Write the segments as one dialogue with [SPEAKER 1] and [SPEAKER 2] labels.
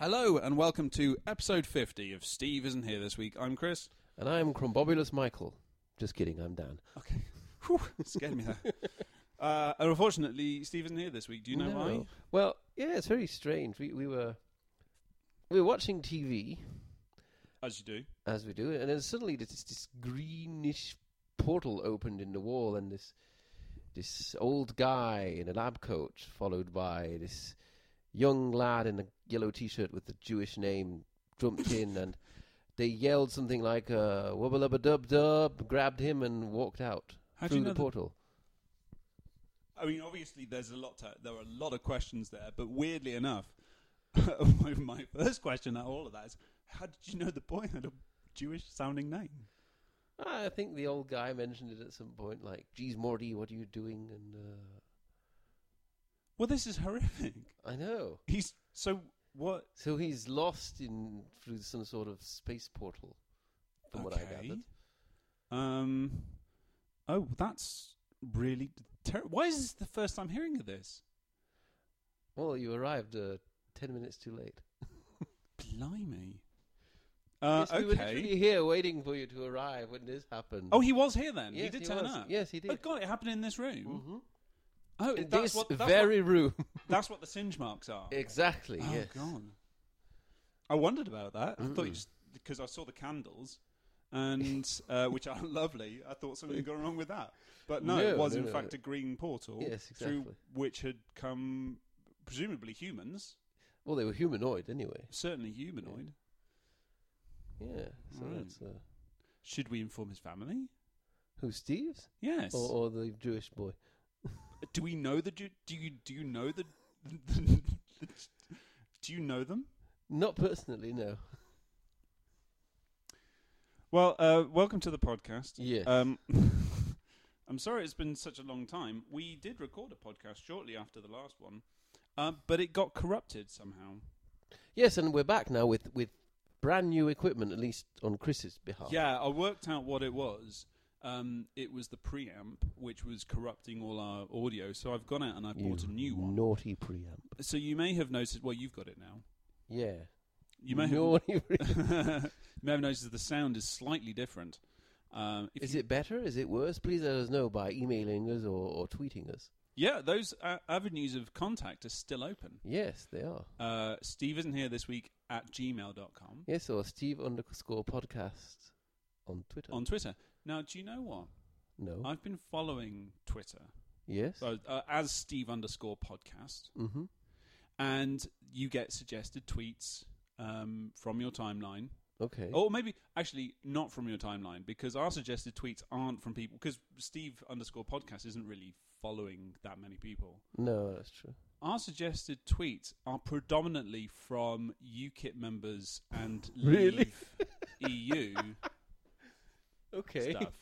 [SPEAKER 1] Hello and welcome to episode 50 of Steve Isn't Here This Week. I'm Chris.
[SPEAKER 2] And I'm Crumbobulus Michael. Just kidding, I'm Dan.
[SPEAKER 1] Okay. Whew, scared me there. Uh, and unfortunately, Steve isn't here this week. Do you know why?
[SPEAKER 2] Well, yeah, it's very strange. We, we were we were watching TV
[SPEAKER 1] As you do.
[SPEAKER 2] as we do, and then suddenly there's this, this greenish portal opened in the wall, and this this old guy in a lab coat, followed by this young lad in a yellow T-shirt with the Jewish name, jumped in, and they yelled something like uh, "wubba lubba dub dub," grabbed him, and walked out
[SPEAKER 1] How do
[SPEAKER 2] through
[SPEAKER 1] you know
[SPEAKER 2] the
[SPEAKER 1] that-
[SPEAKER 2] portal.
[SPEAKER 1] I mean, obviously, there's a lot. To, there are a lot of questions there, but weirdly enough, my, my first question out of all of that is, how did you know the boy had a Jewish-sounding name?
[SPEAKER 2] I think the old guy mentioned it at some point, like, geez, Morty, what are you doing? And
[SPEAKER 1] Well, this is horrific.
[SPEAKER 2] uh, I know.
[SPEAKER 1] He's so what?
[SPEAKER 2] So he's lost in through some sort of space portal, from what I
[SPEAKER 1] Okay.
[SPEAKER 2] gathered.
[SPEAKER 1] Um. Oh, that's really terrible. Why is this the first time hearing of this?
[SPEAKER 2] Well, you arrived uh, 10 minutes too late.
[SPEAKER 1] Blimey. Uh,
[SPEAKER 2] yes, we were
[SPEAKER 1] okay.
[SPEAKER 2] literally here waiting for you to arrive when this happened.
[SPEAKER 1] Oh, he was here then. he
[SPEAKER 2] Yes,
[SPEAKER 1] did
[SPEAKER 2] he
[SPEAKER 1] turn
[SPEAKER 2] was.
[SPEAKER 1] up.
[SPEAKER 2] Yes, he did.
[SPEAKER 1] Oh God, it happened in this room.
[SPEAKER 2] Mhm.
[SPEAKER 1] Oh,
[SPEAKER 2] In
[SPEAKER 1] that's
[SPEAKER 2] this
[SPEAKER 1] what, that's,
[SPEAKER 2] very room.
[SPEAKER 1] what, that's what the singe marks are.
[SPEAKER 2] exactly,
[SPEAKER 1] oh
[SPEAKER 2] yes.
[SPEAKER 1] God. I wondered about that. I thought you just because I saw the candles, and uh, which are lovely. I thought something had gone wrong with that, but no, it
[SPEAKER 2] No,
[SPEAKER 1] was
[SPEAKER 2] no,
[SPEAKER 1] in
[SPEAKER 2] no.
[SPEAKER 1] fact a green portal
[SPEAKER 2] Yes,
[SPEAKER 1] through
[SPEAKER 2] exactly.
[SPEAKER 1] which had come presumably humans,
[SPEAKER 2] Well, they were humanoid anyway.
[SPEAKER 1] certainly humanoid.
[SPEAKER 2] Yeah, so
[SPEAKER 1] Right.
[SPEAKER 2] that's... Uh,
[SPEAKER 1] Should we inform his family?
[SPEAKER 2] who, Steve's?
[SPEAKER 1] Yes.
[SPEAKER 2] Or, or the Jewish boy?
[SPEAKER 1] Do we know the Jew- do you do you know the, the, do you know them?
[SPEAKER 2] Not personally, no.
[SPEAKER 1] Well, uh, welcome to the podcast.
[SPEAKER 2] Yes.
[SPEAKER 1] Um, I'm sorry it's been such a long time. We did record a podcast shortly after the last one, uh, but it got corrupted somehow.
[SPEAKER 2] Yes, and we're back now with with brand new equipment, at least on Chris's behalf.
[SPEAKER 1] Yeah, I worked out what it was. Um, it was the preamp which was corrupting all our audio. So I've gone out and I
[SPEAKER 2] You
[SPEAKER 1] bought a new one.
[SPEAKER 2] naughty preamp.
[SPEAKER 1] So you may have noticed. Well, you've got it now.
[SPEAKER 2] Yeah,
[SPEAKER 1] You may have.
[SPEAKER 2] naughty. preamp.
[SPEAKER 1] you may have noticed that the sound is slightly different. Um, if
[SPEAKER 2] Is
[SPEAKER 1] you-
[SPEAKER 2] it better? Is it worse? Please let us know by emailing us or, or tweeting us.
[SPEAKER 1] Yeah, those uh, avenues of contact are still open.
[SPEAKER 2] Yes, they are.
[SPEAKER 1] Uh, Steve isn't here this week at gmail.com
[SPEAKER 2] Yes, or Steve underscore podcast on Twitter.
[SPEAKER 1] on Twitter. Now, do you know what?
[SPEAKER 2] no.
[SPEAKER 1] I've been following Twitter
[SPEAKER 2] yes.
[SPEAKER 1] so, uh, as Steve underscore podcast,
[SPEAKER 2] mm-hmm.
[SPEAKER 1] and you get suggested tweets um, from your timeline.
[SPEAKER 2] Okay.
[SPEAKER 1] Or maybe actually not from your timeline because our suggested tweets aren't from people because Steve underscore podcast isn't really following that many people.
[SPEAKER 2] No, that's true.
[SPEAKER 1] Our suggested tweets are predominantly from UKIP members and
[SPEAKER 2] Really?
[SPEAKER 1] leave EU
[SPEAKER 2] Okay.
[SPEAKER 1] stuff.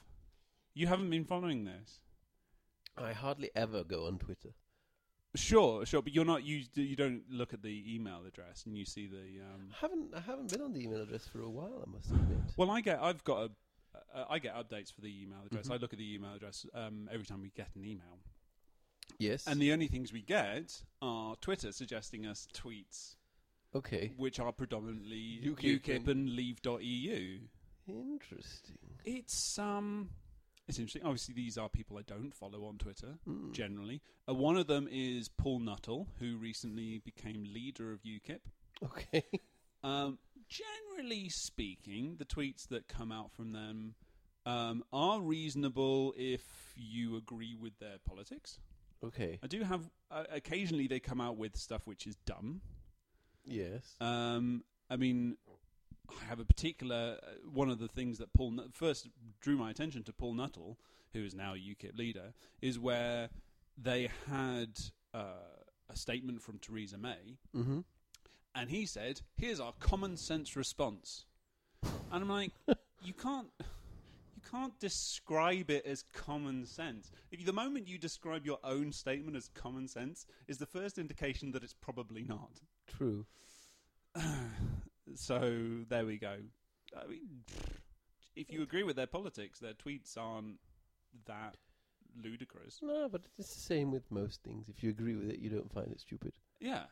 [SPEAKER 1] You haven't been following this.
[SPEAKER 2] I hardly ever go on Twitter.
[SPEAKER 1] Sure, sure, but you're not. You you don't look at the email address and you see the.
[SPEAKER 2] I
[SPEAKER 1] Um,
[SPEAKER 2] haven't I haven't been on the email address for a while. I must admit.
[SPEAKER 1] well, I get. I've got a. Uh, I get updates for the email address.
[SPEAKER 2] Mm-hmm.
[SPEAKER 1] I look at the email address um, every time we get an email,
[SPEAKER 2] yes.
[SPEAKER 1] and the only things we get are Twitter suggesting us tweets,
[SPEAKER 2] okay.
[SPEAKER 1] which are predominantly UKIP,
[SPEAKER 2] UKIP and-
[SPEAKER 1] and E Leave.eu.
[SPEAKER 2] Interesting.
[SPEAKER 1] It's um, it's interesting. Obviously, these are people I don't follow on Twitter
[SPEAKER 2] Hmm.
[SPEAKER 1] generally. Uh, one of them is Paul Nuttall, who recently became leader of UKIP.
[SPEAKER 2] Okay.
[SPEAKER 1] Um, generally speaking, the tweets that come out from them um, are reasonable if you agree with their politics.
[SPEAKER 2] Okay.
[SPEAKER 1] I do have uh, occasionally they come out with stuff which is dumb.
[SPEAKER 2] Yes.
[SPEAKER 1] Um, I mean, I have a particular uh, one of the things that Paul Nut- first drew my attention to Paul Nuttall, who is now UKIP leader, is where they had uh, a statement from Theresa May,
[SPEAKER 2] Mm-hmm.
[SPEAKER 1] and he said, "Here's our common sense response," and I'm like, "You can't." You can't describe it as common sense. If the moment you describe your own statement as common sense is the first indication that it's probably not.
[SPEAKER 2] True.
[SPEAKER 1] So there we go. I mean, if you agree with their politics, their tweets aren't that ludicrous.
[SPEAKER 2] No, but it's the same with most things. If you agree with it, you don't find it stupid.
[SPEAKER 1] Yeah.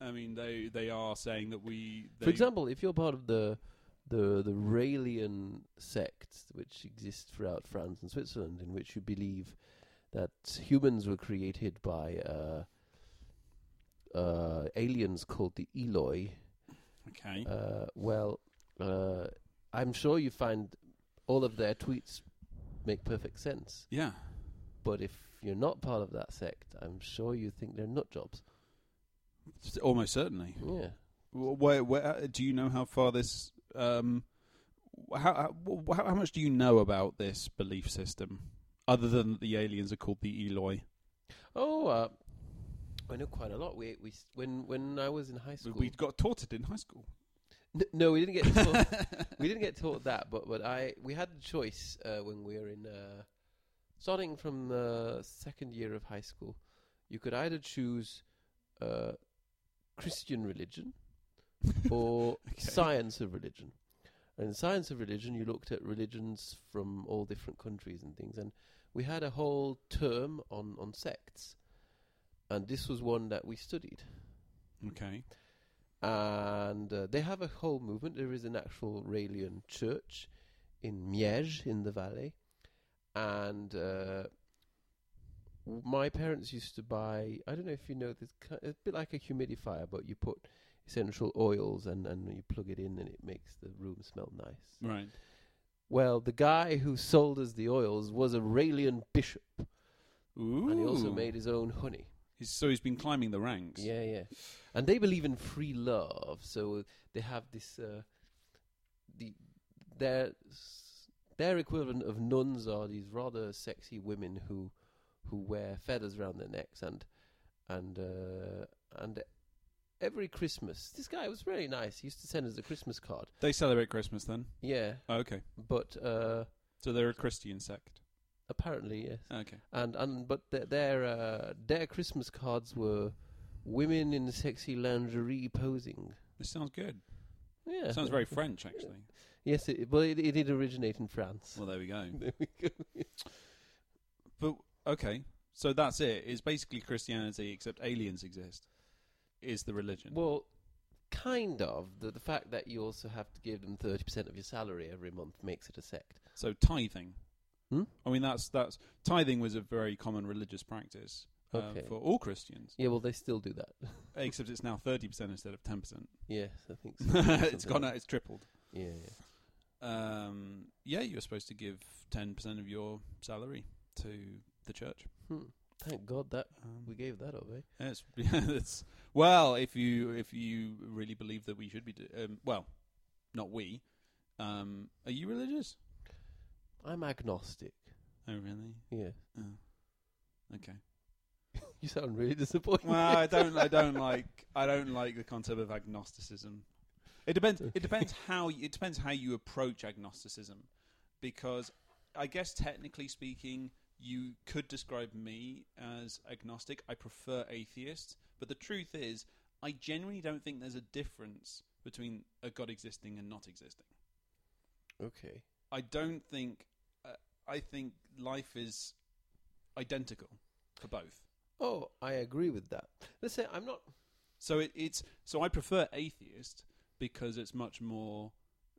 [SPEAKER 1] I mean, they they are saying that we. They,
[SPEAKER 2] For example, if you're part of the the the Raelian sect, which exists throughout France and Switzerland, in which you believe that humans were created by uh, uh, aliens called the Eloi,
[SPEAKER 1] okay,
[SPEAKER 2] uh, well, uh, I'm sure you find all of their tweets make perfect sense.
[SPEAKER 1] yeah,
[SPEAKER 2] But if you're not part of that sect, I'm sure you think they're nut jobs.
[SPEAKER 1] s- almost certainly.
[SPEAKER 2] Yeah.
[SPEAKER 1] Wh- Where, where uh, do you know how far this? Um, wh- how, how wh- how how much do you know about this belief system, other than that the aliens are called the Eloi?
[SPEAKER 2] Oh, uh, I know quite a lot. We, we s- when when I was in high
[SPEAKER 1] We-
[SPEAKER 2] school,
[SPEAKER 1] We got tortured in high school.
[SPEAKER 2] N- no, we didn't get taught, we didn't get taught that. But but I we had a choice uh, when we were in uh, starting from the second year of high school. You could either choose uh, Christian religion or
[SPEAKER 1] Okay.
[SPEAKER 2] science of religion. And in science of religion, you looked at religions from all different countries and things. And we had a whole term on on sects, and this was one that we studied
[SPEAKER 1] Okay.
[SPEAKER 2] and uh, they have a whole movement. There is an actual Raelian church in Miege in the valley, and uh, w- my parents used to buy. I don't know if you know this. ki- It's a bit like a humidifier, but you put essential oils and and you plug it in, and it makes the room smell nice.
[SPEAKER 1] Right.
[SPEAKER 2] Well, the guy who sold us the oils was a Raelian bishop,
[SPEAKER 1] Ooh.
[SPEAKER 2] and he also made his own honey.
[SPEAKER 1] He's, so he's been climbing the ranks.
[SPEAKER 2] Yeah, yeah. And they believe in free love, so they have this uh, the their s- their equivalent of nuns are these rather sexy women who who wear feathers around their necks and and uh, and every Christmas this guy was really nice. He used to send us a Christmas card.
[SPEAKER 1] They celebrate Christmas then.
[SPEAKER 2] Yeah,
[SPEAKER 1] Oh, okay.
[SPEAKER 2] but uh,
[SPEAKER 1] So they're a Christian sect.
[SPEAKER 2] apparently yes.
[SPEAKER 1] Okay.
[SPEAKER 2] and and but their their, uh, their Christmas cards were women in sexy lingerie posing.
[SPEAKER 1] This sounds good.
[SPEAKER 2] Yeah,
[SPEAKER 1] Sounds very French, actually.
[SPEAKER 2] Yes, it, well, it, it did originate in France.
[SPEAKER 1] Well, there we go.
[SPEAKER 2] There we go.
[SPEAKER 1] But okay, so that's it. It's basically Christianity, except aliens exist. Is the religion?
[SPEAKER 2] Well, kind of. The, the fact that you also have to give them 30% of your salary every month makes it a sect.
[SPEAKER 1] so tithing.
[SPEAKER 2] Hmm?
[SPEAKER 1] I mean, that's that's tithing was a very common religious practice uh,
[SPEAKER 2] Okay.
[SPEAKER 1] for all Christians,
[SPEAKER 2] Yeah, well, they still do that.
[SPEAKER 1] except it's now thirty percent instead of ten percent.
[SPEAKER 2] yes, I think so.
[SPEAKER 1] it's
[SPEAKER 2] Something
[SPEAKER 1] gone.
[SPEAKER 2] like
[SPEAKER 1] out. It's tripled.
[SPEAKER 2] that. Yeah, yeah.
[SPEAKER 1] Um, yeah, you're supposed to give ten percent of your salary to the church.
[SPEAKER 2] Hmm. Thank God that
[SPEAKER 1] Um,
[SPEAKER 2] we gave that up, eh?
[SPEAKER 1] Yeah, It's, it's well, if you if you really believe that we should be, do, um, well, not we. Um, are you religious?
[SPEAKER 2] I'm agnostic.
[SPEAKER 1] Oh, really?
[SPEAKER 2] Yeah.
[SPEAKER 1] Oh. Okay.
[SPEAKER 2] You sound really disappointed.
[SPEAKER 1] Well, I don't. I don't like. I don't like the concept of agnosticism. It depends. It depends how. You, it depends how you approach agnosticism, because I guess technically speaking, you could describe me as agnostic. I prefer atheist, but the truth is, I genuinely don't think there's a difference between a god existing and not existing.
[SPEAKER 2] Okay.
[SPEAKER 1] I don't think. Uh, I think life is identical for both.
[SPEAKER 2] Oh, I agree with that. Let's say I'm not.
[SPEAKER 1] So it, it's so I prefer atheist because it's much more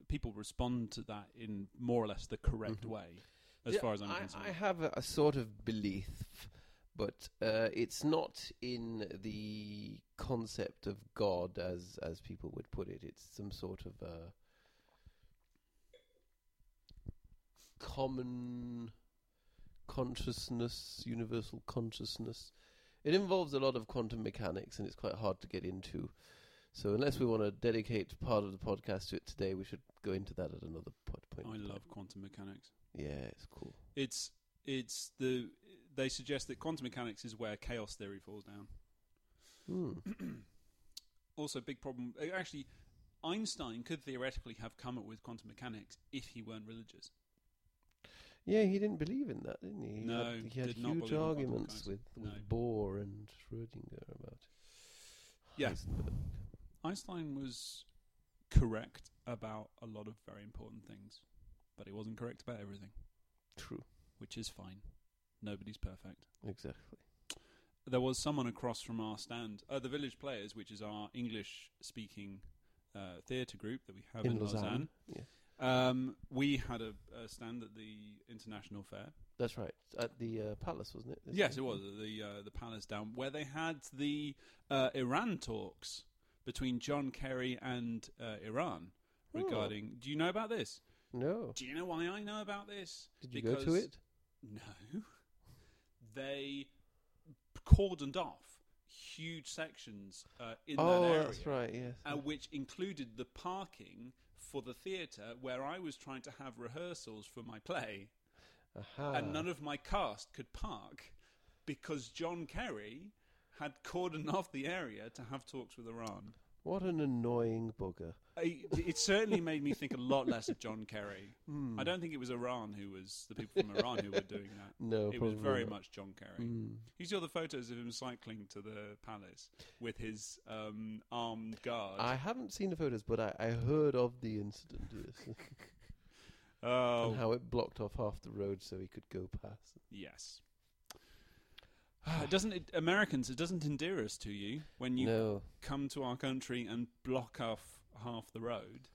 [SPEAKER 1] people respond to that in more or less the correct
[SPEAKER 2] Mhm.
[SPEAKER 1] way, as
[SPEAKER 2] Yeah,
[SPEAKER 1] far as I'm
[SPEAKER 2] I,
[SPEAKER 1] concerned.
[SPEAKER 2] I have a, a sort of belief, but uh, it's not in the concept of God as as people would put it. It's some sort of uh common consciousness, universal consciousness. It involves a lot of quantum mechanics, and it's quite hard to get into. So, unless we want to dedicate part of the podcast to it today, we should go into that at another pod point.
[SPEAKER 1] I
[SPEAKER 2] in time.
[SPEAKER 1] love quantum mechanics.
[SPEAKER 2] Yeah, it's cool.
[SPEAKER 1] It's it's the they suggest that quantum mechanics is where chaos theory falls down.
[SPEAKER 2] Hmm.
[SPEAKER 1] Also, big problem. uh, Actually, Einstein could theoretically have come up with quantum mechanics if he weren't religious.
[SPEAKER 2] Yeah, he didn't believe in that, didn't he? He
[SPEAKER 1] No,
[SPEAKER 2] had, he had
[SPEAKER 1] did not believe
[SPEAKER 2] huge
[SPEAKER 1] in quantum mechanics.
[SPEAKER 2] arguments with, with
[SPEAKER 1] No.
[SPEAKER 2] Bohr and Schrödinger about it.
[SPEAKER 1] Yeah.
[SPEAKER 2] Heisenberg.
[SPEAKER 1] Einstein was correct about a lot of very important things, but he wasn't correct about everything,
[SPEAKER 2] True.
[SPEAKER 1] which is fine. Nobody's perfect.
[SPEAKER 2] Exactly.
[SPEAKER 1] there was someone across from our stand, uh, the Village Players, which is our English-speaking uh, theatre group that we have in,
[SPEAKER 2] in Lausanne.
[SPEAKER 1] Lausanne.
[SPEAKER 2] Yeah,
[SPEAKER 1] Um, we had a, a stand at the International Fair.
[SPEAKER 2] that's right. At the uh, palace, wasn't it? This
[SPEAKER 1] Yes,
[SPEAKER 2] week?
[SPEAKER 1] it was at the uh, the Palace down where they had the uh, Iran talks between John Kerry and uh, Iran regarding. Do you know about this?
[SPEAKER 2] No.
[SPEAKER 1] Do you know why I know about this?
[SPEAKER 2] Did you go to it?
[SPEAKER 1] No. They cordoned off huge sections uh, in
[SPEAKER 2] oh,
[SPEAKER 1] that area,
[SPEAKER 2] that's right. Yes.
[SPEAKER 1] uh, which included the parking for the theatre where I was trying to have rehearsals for my play
[SPEAKER 2] Aha.
[SPEAKER 1] and none of my cast could park because John Kerry had cordoned off the area to have talks with Iran.
[SPEAKER 2] What an annoying bugger.
[SPEAKER 1] I, it certainly made me think a lot less of John Kerry.
[SPEAKER 2] Hmm.
[SPEAKER 1] I don't think it was Iran who was the people from Iran who were doing that.
[SPEAKER 2] No, Mm.
[SPEAKER 1] it was
[SPEAKER 2] probably
[SPEAKER 1] very
[SPEAKER 2] not.
[SPEAKER 1] much John Kerry. You saw the photos of him cycling to the palace with his um, armed guard.
[SPEAKER 2] I haven't seen the photos, but I, I heard of the incident yes,
[SPEAKER 1] oh,
[SPEAKER 2] and how it blocked off half the road so he could go past.
[SPEAKER 1] yes. it doesn't it, Americans? It doesn't endear us to you when you
[SPEAKER 2] no,
[SPEAKER 1] come to our country and block off half the road.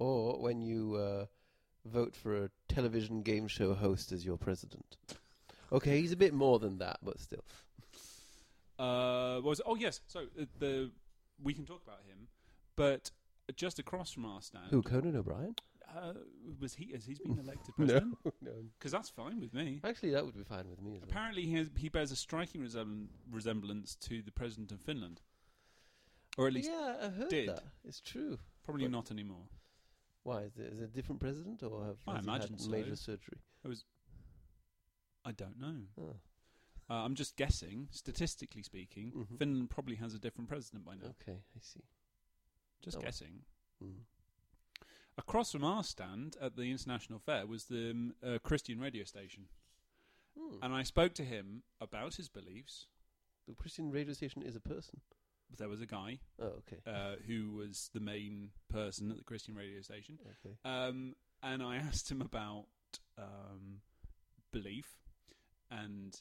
[SPEAKER 2] or when you uh, vote for a television game show host as your president. Okay, he's a bit more than that, but still.
[SPEAKER 1] Uh, what was it? oh yes, so uh, the we can talk about him, but just across from our stand,
[SPEAKER 2] Who Conan O'Brien?
[SPEAKER 1] Uh, was he? Has he been elected president?
[SPEAKER 2] no.
[SPEAKER 1] Because that's fine with me.
[SPEAKER 2] Actually, that would be fine with me as well.
[SPEAKER 1] Apparently, he, has, he bears a striking resem- resemblance to the president of Finland, or at least
[SPEAKER 2] yeah, I heard
[SPEAKER 1] did.
[SPEAKER 2] that. It's true.
[SPEAKER 1] probably
[SPEAKER 2] but-
[SPEAKER 1] not anymore.
[SPEAKER 2] Why is there, is there a different president, or have
[SPEAKER 1] I
[SPEAKER 2] has he
[SPEAKER 1] imagine
[SPEAKER 2] had
[SPEAKER 1] so.
[SPEAKER 2] major surgery?
[SPEAKER 1] I don't know.
[SPEAKER 2] Oh,
[SPEAKER 1] Uh, I'm just guessing. Statistically speaking,
[SPEAKER 2] Mhm.
[SPEAKER 1] Finland probably has a different president by now.
[SPEAKER 2] okay, I see.
[SPEAKER 1] Just
[SPEAKER 2] Oh.
[SPEAKER 1] guessing.
[SPEAKER 2] Mm.
[SPEAKER 1] Across from our stand at the International Fair was the um, uh, Christian radio station,
[SPEAKER 2] Mm.
[SPEAKER 1] and I spoke to him about his beliefs.
[SPEAKER 2] The Christian radio station is a person.
[SPEAKER 1] There was a guy
[SPEAKER 2] Oh, okay.
[SPEAKER 1] uh, who was the main person at the Christian radio station,
[SPEAKER 2] Okay.
[SPEAKER 1] um, and I asked him about um, belief, and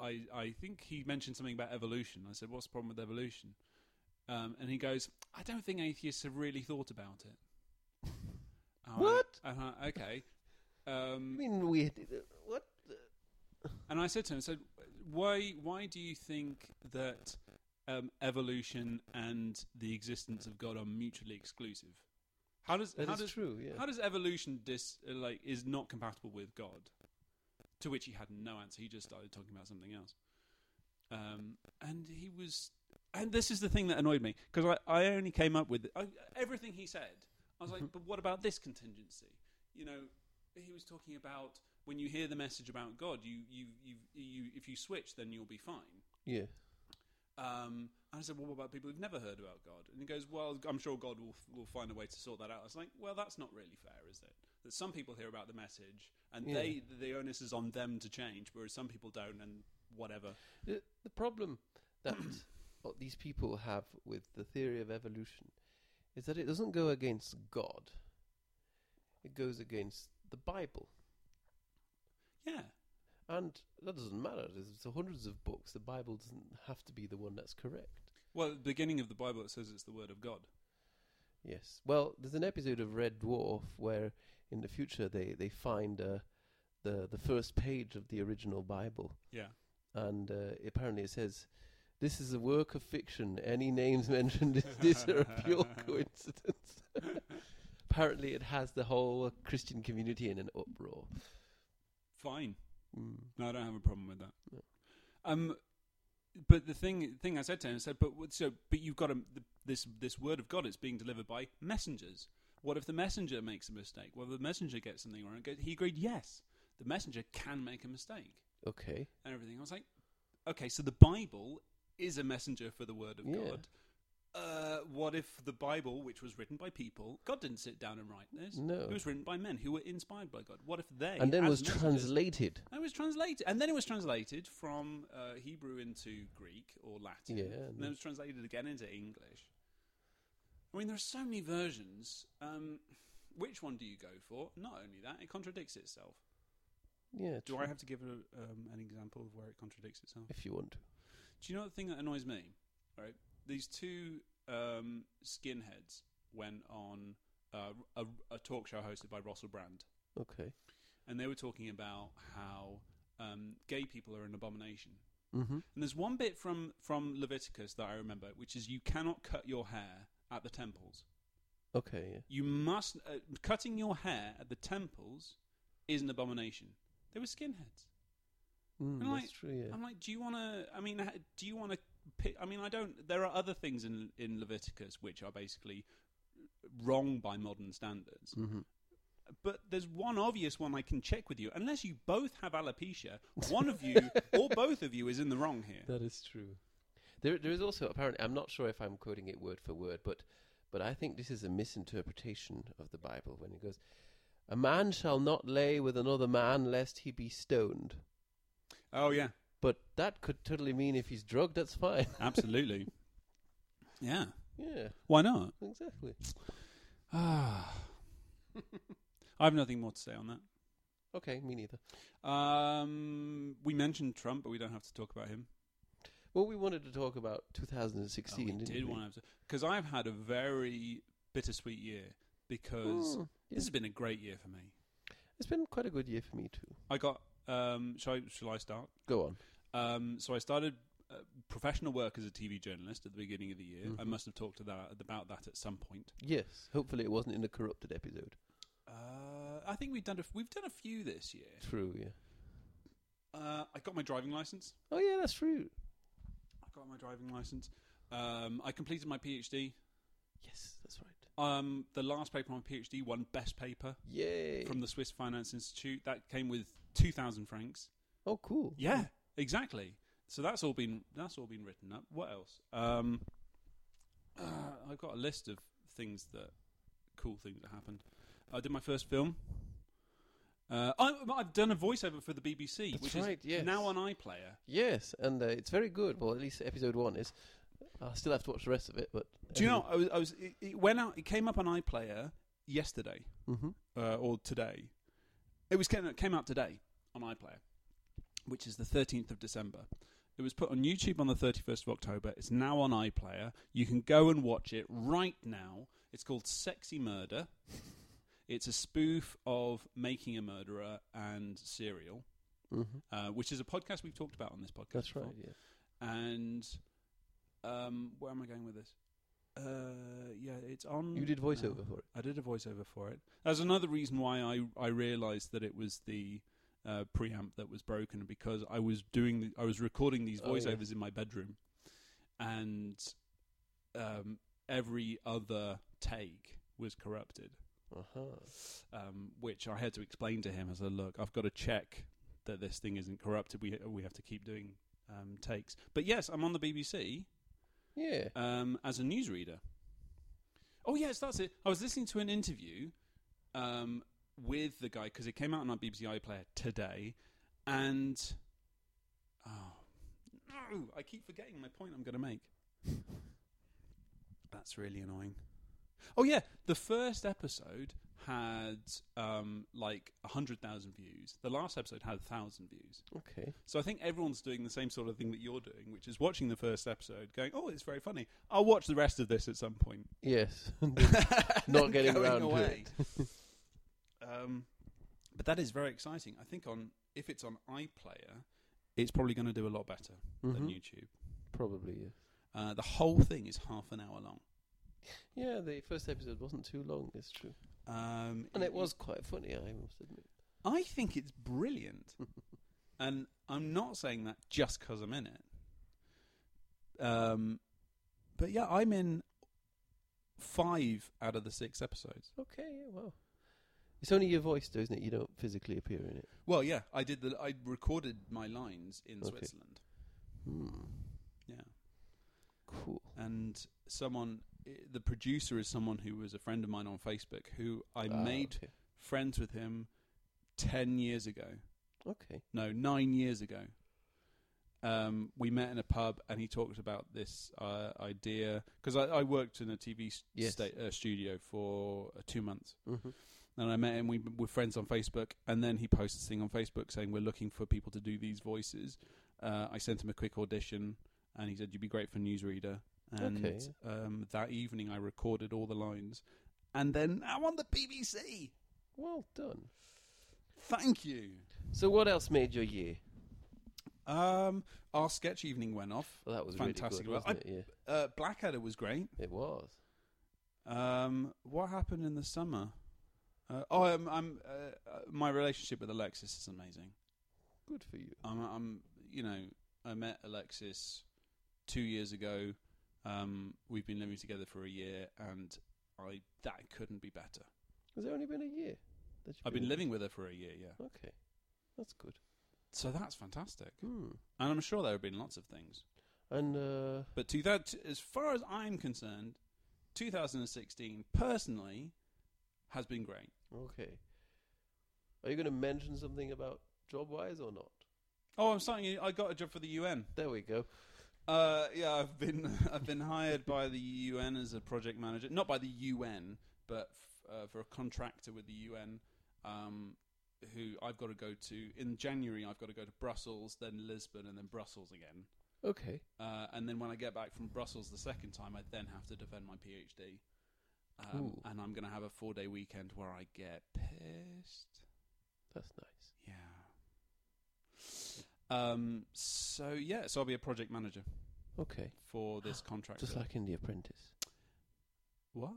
[SPEAKER 1] I I think he mentioned something about evolution. I said, "What's the problem with evolution?" Um, and he goes, "I don't think atheists have really thought about it." And I-
[SPEAKER 2] What?
[SPEAKER 1] and I- okay.
[SPEAKER 2] I
[SPEAKER 1] Um,
[SPEAKER 2] mean, we what?
[SPEAKER 1] and I said to him, I said, why, why do you think that um, evolution and the existence of God are mutually exclusive? How does,
[SPEAKER 2] That
[SPEAKER 1] how
[SPEAKER 2] is
[SPEAKER 1] does,
[SPEAKER 2] true. Yeah.
[SPEAKER 1] how does evolution dis, uh, like is not compatible with God? To which he had no answer. He just started talking about something else. Um, and he was, and this is the thing that annoyed me because I, I only came up with I, everything he said. I was like, but what about this contingency? You know, he was talking about when you hear the message about God, you you you, you if you switch, then you'll be fine.
[SPEAKER 2] yeah.
[SPEAKER 1] Um, and I said, well, what about people who've never heard about God? And he goes, well, I'm sure God will, will find a way to sort that out. I was like, well, that's not really fair, is it? That some people hear about the message and
[SPEAKER 2] Yeah.
[SPEAKER 1] they the onus is on them to change, whereas some people don't and whatever.
[SPEAKER 2] The, the problem that what these people have with the theory of evolution is that it doesn't go against God. It goes against the Bible,
[SPEAKER 1] Yeah.
[SPEAKER 2] and that doesn't matter. There's, there's hundreds of books. The Bible doesn't have to be the one that's correct.
[SPEAKER 1] Well, at the beginning of the Bible, it says it's the word of God.
[SPEAKER 2] Yes. Well, there's an episode of Red Dwarf where in the future they they find uh, the the first page of the original Bible,
[SPEAKER 1] Yeah.
[SPEAKER 2] and uh, apparently it says. This is a work of fiction. Any names mentioned in this are a pure coincidence. Apparently, it has the whole Christian community in an uproar.
[SPEAKER 1] Fine.
[SPEAKER 2] Mm.
[SPEAKER 1] No, I don't have a problem with that.
[SPEAKER 2] No.
[SPEAKER 1] Um, but the thing thing I said to him, I said, but what- so, but you've got a, th this this word of God. It's being delivered by messengers. What if the messenger makes a mistake? What if the messenger gets something wrong? He agreed, yes, the messenger can make a mistake
[SPEAKER 2] Okay.
[SPEAKER 1] and everything. I was like, okay, so the Bible is a messenger for the word of
[SPEAKER 2] Yeah.
[SPEAKER 1] God. Uh, what if the Bible, which was written by people, God didn't sit down and write this?
[SPEAKER 2] No.
[SPEAKER 1] it was written by men who were inspired by God. What if they
[SPEAKER 2] and then
[SPEAKER 1] as
[SPEAKER 2] was
[SPEAKER 1] messengers-
[SPEAKER 2] translated.
[SPEAKER 1] and it was translated, and then it was translated from uh, Hebrew into Greek or Latin,
[SPEAKER 2] Yeah,
[SPEAKER 1] and
[SPEAKER 2] and
[SPEAKER 1] then it was translated again into English. I mean, there are so many versions. Um, which one do you go for? Not only that, it contradicts itself.
[SPEAKER 2] Yeah.
[SPEAKER 1] Do
[SPEAKER 2] true.
[SPEAKER 1] I have to give a, um, an example of where it contradicts itself?
[SPEAKER 2] If you want.
[SPEAKER 1] Do you know the thing that annoys me? Right, these two um, skinheads went on uh, a, a talk show hosted by Russell Brand,
[SPEAKER 2] Okay.
[SPEAKER 1] and they were talking about how um, gay people are an abomination.
[SPEAKER 2] Mm-hmm.
[SPEAKER 1] And there's one bit from from Leviticus that I remember, which is you cannot cut your hair at the temples.
[SPEAKER 2] Okay. Yeah.
[SPEAKER 1] You must uh, cutting your hair at the temples is an abomination. They were skinheads.
[SPEAKER 2] Mm,
[SPEAKER 1] And, like,
[SPEAKER 2] that's true. Yeah.
[SPEAKER 1] I'm like, do you want to? I mean, h- do you want to? Pick, I mean, I don't. There are other things in in Leviticus which are basically wrong by modern standards.
[SPEAKER 2] Mm-hmm.
[SPEAKER 1] But there's one obvious one I can check with you. Unless you both have alopecia, one of you or both of you is in the wrong here.
[SPEAKER 2] That is true. There, there is also apparently. I'm not sure if I'm quoting it word for word, but, but I think this is a misinterpretation of the Bible when it goes, "A man shall not lay with another man, lest he be stoned."
[SPEAKER 1] Oh yeah,
[SPEAKER 2] But that could totally mean if he's drugged, that's fine.
[SPEAKER 1] absolutely. yeah,
[SPEAKER 2] yeah,
[SPEAKER 1] why not?
[SPEAKER 2] exactly.
[SPEAKER 1] Ah, I have nothing more to say on that.
[SPEAKER 2] Okay, me neither.
[SPEAKER 1] Um, we mentioned Trump, but we don't have to talk about him.
[SPEAKER 2] Well, we wanted to talk about 2016.
[SPEAKER 1] oh, we
[SPEAKER 2] didn't
[SPEAKER 1] did
[SPEAKER 2] we?
[SPEAKER 1] want to because I've had a very bittersweet year because
[SPEAKER 2] Mm, yeah.
[SPEAKER 1] this has been a great year for me.
[SPEAKER 2] It's been quite a good year for me too.
[SPEAKER 1] I got um, shall I, shall I start?
[SPEAKER 2] Go on.
[SPEAKER 1] Um, so I started uh, professional work as a TV journalist at the beginning of the year. I
[SPEAKER 2] Mhm.
[SPEAKER 1] must have talked to that about that at some point.
[SPEAKER 2] Yes. Hopefully, it wasn't in a corrupted episode.
[SPEAKER 1] Uh, I think we've done a f- we've done a few this year.
[SPEAKER 2] True. Yeah.
[SPEAKER 1] Uh, I got my driving license.
[SPEAKER 2] Oh yeah, that's true.
[SPEAKER 1] I got my driving license. Um, I completed my PhD.
[SPEAKER 2] Yes, that's right.
[SPEAKER 1] Um, the last paper on my PhD won best paper
[SPEAKER 2] Yay.
[SPEAKER 1] from the Swiss Finance Institute. That came with two thousand francs.
[SPEAKER 2] oh, cool.
[SPEAKER 1] Yeah, exactly. So that's all been that's all been written up. What else? Um, uh, I've got a list of things that cool things that happened. I did my first film. Uh, I, I've done a voiceover for the BBC,
[SPEAKER 2] That's
[SPEAKER 1] which
[SPEAKER 2] right,
[SPEAKER 1] is
[SPEAKER 2] yes.
[SPEAKER 1] now on iPlayer.
[SPEAKER 2] Yes, and uh, it's very good. Well, at least episode one is. I still have to watch the rest of it, but
[SPEAKER 1] Do you know? I was, I was it, it went out. It came up on iPlayer yesterday
[SPEAKER 2] hmm
[SPEAKER 1] uh, or today. It was came, it came out today on iPlayer, which is the 13th of December. It was put on YouTube on the 31st of October. It's now on iPlayer. You can go and watch it right now. It's called Sexy Murder. It's a spoof of Making a Murderer and Serial,
[SPEAKER 2] hmm
[SPEAKER 1] uh, which is a podcast we've talked about on this podcast.
[SPEAKER 2] That's
[SPEAKER 1] before.
[SPEAKER 2] right. Yeah.
[SPEAKER 1] And um, where am I going with this? Uh, yeah, it's on.
[SPEAKER 2] You did
[SPEAKER 1] now.
[SPEAKER 2] voiceover for it.
[SPEAKER 1] I did a voiceover for it. That's another reason why I I realised that it was the uh, preamp that was broken because I was doing the, I was recording these
[SPEAKER 2] Oh, yeah.
[SPEAKER 1] voiceovers in my bedroom, and um, every other take was corrupted,
[SPEAKER 2] Uh huh.
[SPEAKER 1] um, which I had to explain to him as a look. I've got to check that this thing isn't corrupted. We we have to keep doing um, takes. But yes, I'm on the BBC
[SPEAKER 2] Yeah.
[SPEAKER 1] um, as a newsreader. Oh yes, that's it. I was listening to an interview um, with the guy because it came out on our BBC iPlayer today, and oh no, I keep forgetting my point I'm going to make. That's really annoying. Oh yeah, the first episode had um, like hundred thousand views. The last episode had thousand views.
[SPEAKER 2] Okay.
[SPEAKER 1] So I think everyone's doing the same sort of thing that you're doing, which is watching the first episode, going, "Oh, it's very funny. I'll watch the rest of this at some point."
[SPEAKER 2] Yes.
[SPEAKER 1] Then
[SPEAKER 2] getting
[SPEAKER 1] going
[SPEAKER 2] around to
[SPEAKER 1] um, but that is very exciting. I think on if it's on iPlayer, it's probably going to do a lot better than
[SPEAKER 2] Mhm.
[SPEAKER 1] YouTube.
[SPEAKER 2] Probably. Yeah.
[SPEAKER 1] Uh, the whole thing is half an hour long,
[SPEAKER 2] Yeah, the first episode wasn't too long. It's true,
[SPEAKER 1] um,
[SPEAKER 2] and it was quite funny. I must admit.
[SPEAKER 1] I think it's brilliant, and I'm not saying that just 'cause I'm in it. Um, but yeah, I'm in five out of the six episodes.
[SPEAKER 2] Okay. Yeah. Wow. It's only your voice, though, isn't it? You don't physically appear in it.
[SPEAKER 1] Well, yeah, I did the I recorded my lines in
[SPEAKER 2] Okay.
[SPEAKER 1] Switzerland.
[SPEAKER 2] Hmm.
[SPEAKER 1] Yeah,
[SPEAKER 2] Cool.
[SPEAKER 1] and someone, i- the producer is someone who was a friend of mine on Facebook, who I
[SPEAKER 2] Ah,
[SPEAKER 1] made
[SPEAKER 2] Okay.
[SPEAKER 1] friends with him ten years ago.
[SPEAKER 2] okay.
[SPEAKER 1] no, nine years ago. Um, we met in a pub, and he talked about this uh, idea because I, I worked in a TV s
[SPEAKER 2] Yes.
[SPEAKER 1] sta- uh, studio for uh, two months,
[SPEAKER 2] Mm-hmm.
[SPEAKER 1] And I met him. We were friends on Facebook, and then he posted this thing on Facebook saying we're looking for people to do these voices. Uh, I sent him a quick audition, and he said you'd be great for Newsreader. And
[SPEAKER 2] Okay.
[SPEAKER 1] um, that evening, I recorded all the lines, and then I'm on the BBC.
[SPEAKER 2] Well done.
[SPEAKER 1] Thank you.
[SPEAKER 2] So what else made your year?
[SPEAKER 1] Um, our sketch evening went off.
[SPEAKER 2] Well, that was
[SPEAKER 1] Fantastic.
[SPEAKER 2] Really
[SPEAKER 1] Well,
[SPEAKER 2] good, wasn't it?
[SPEAKER 1] Uh, Blackadder was great.
[SPEAKER 2] Yeah, it was.
[SPEAKER 1] Um, what happened in the summer? Uh, oh, I'm, I'm, uh, uh, my relationship with Alexis is amazing.
[SPEAKER 2] Good for you.
[SPEAKER 1] I'm, I'm, you know, I met Alexis two years ago. Um, we've been living together for a year, and I that couldn't be better.
[SPEAKER 2] Has it only been a year? That you've
[SPEAKER 1] I've been living with her for a year, yeah.
[SPEAKER 2] Okay, that's good.
[SPEAKER 1] So that's fantastic,
[SPEAKER 2] Hmm.
[SPEAKER 1] and I'm sure there have been lots of things.
[SPEAKER 2] And uh,
[SPEAKER 1] But to that, as far as I'm concerned, 2016 personally has been great.
[SPEAKER 2] okay, are you going to mention something about job wise or not?
[SPEAKER 1] Oh, I'm starting. I got a job for the UN.
[SPEAKER 2] There we go.
[SPEAKER 1] Uh, yeah, I've been I've been hired by the UN as a project manager, not by the UN, but f- uh, for a contractor with the UN, um, who I've got to go to in January. I've got to go to Brussels, then Lisbon, and then Brussels again.
[SPEAKER 2] Okay.
[SPEAKER 1] Uh, and then when I get back from Brussels the second time, I then have to defend my PhD, um,
[SPEAKER 2] Ooh.
[SPEAKER 1] and I'm going to have a four day weekend where I get pissed.
[SPEAKER 2] That's nice.
[SPEAKER 1] Yeah. Um. So yeah, so I'll be a project manager
[SPEAKER 2] Okay.
[SPEAKER 1] for this contract.
[SPEAKER 2] Just like in The Apprentice.
[SPEAKER 1] what?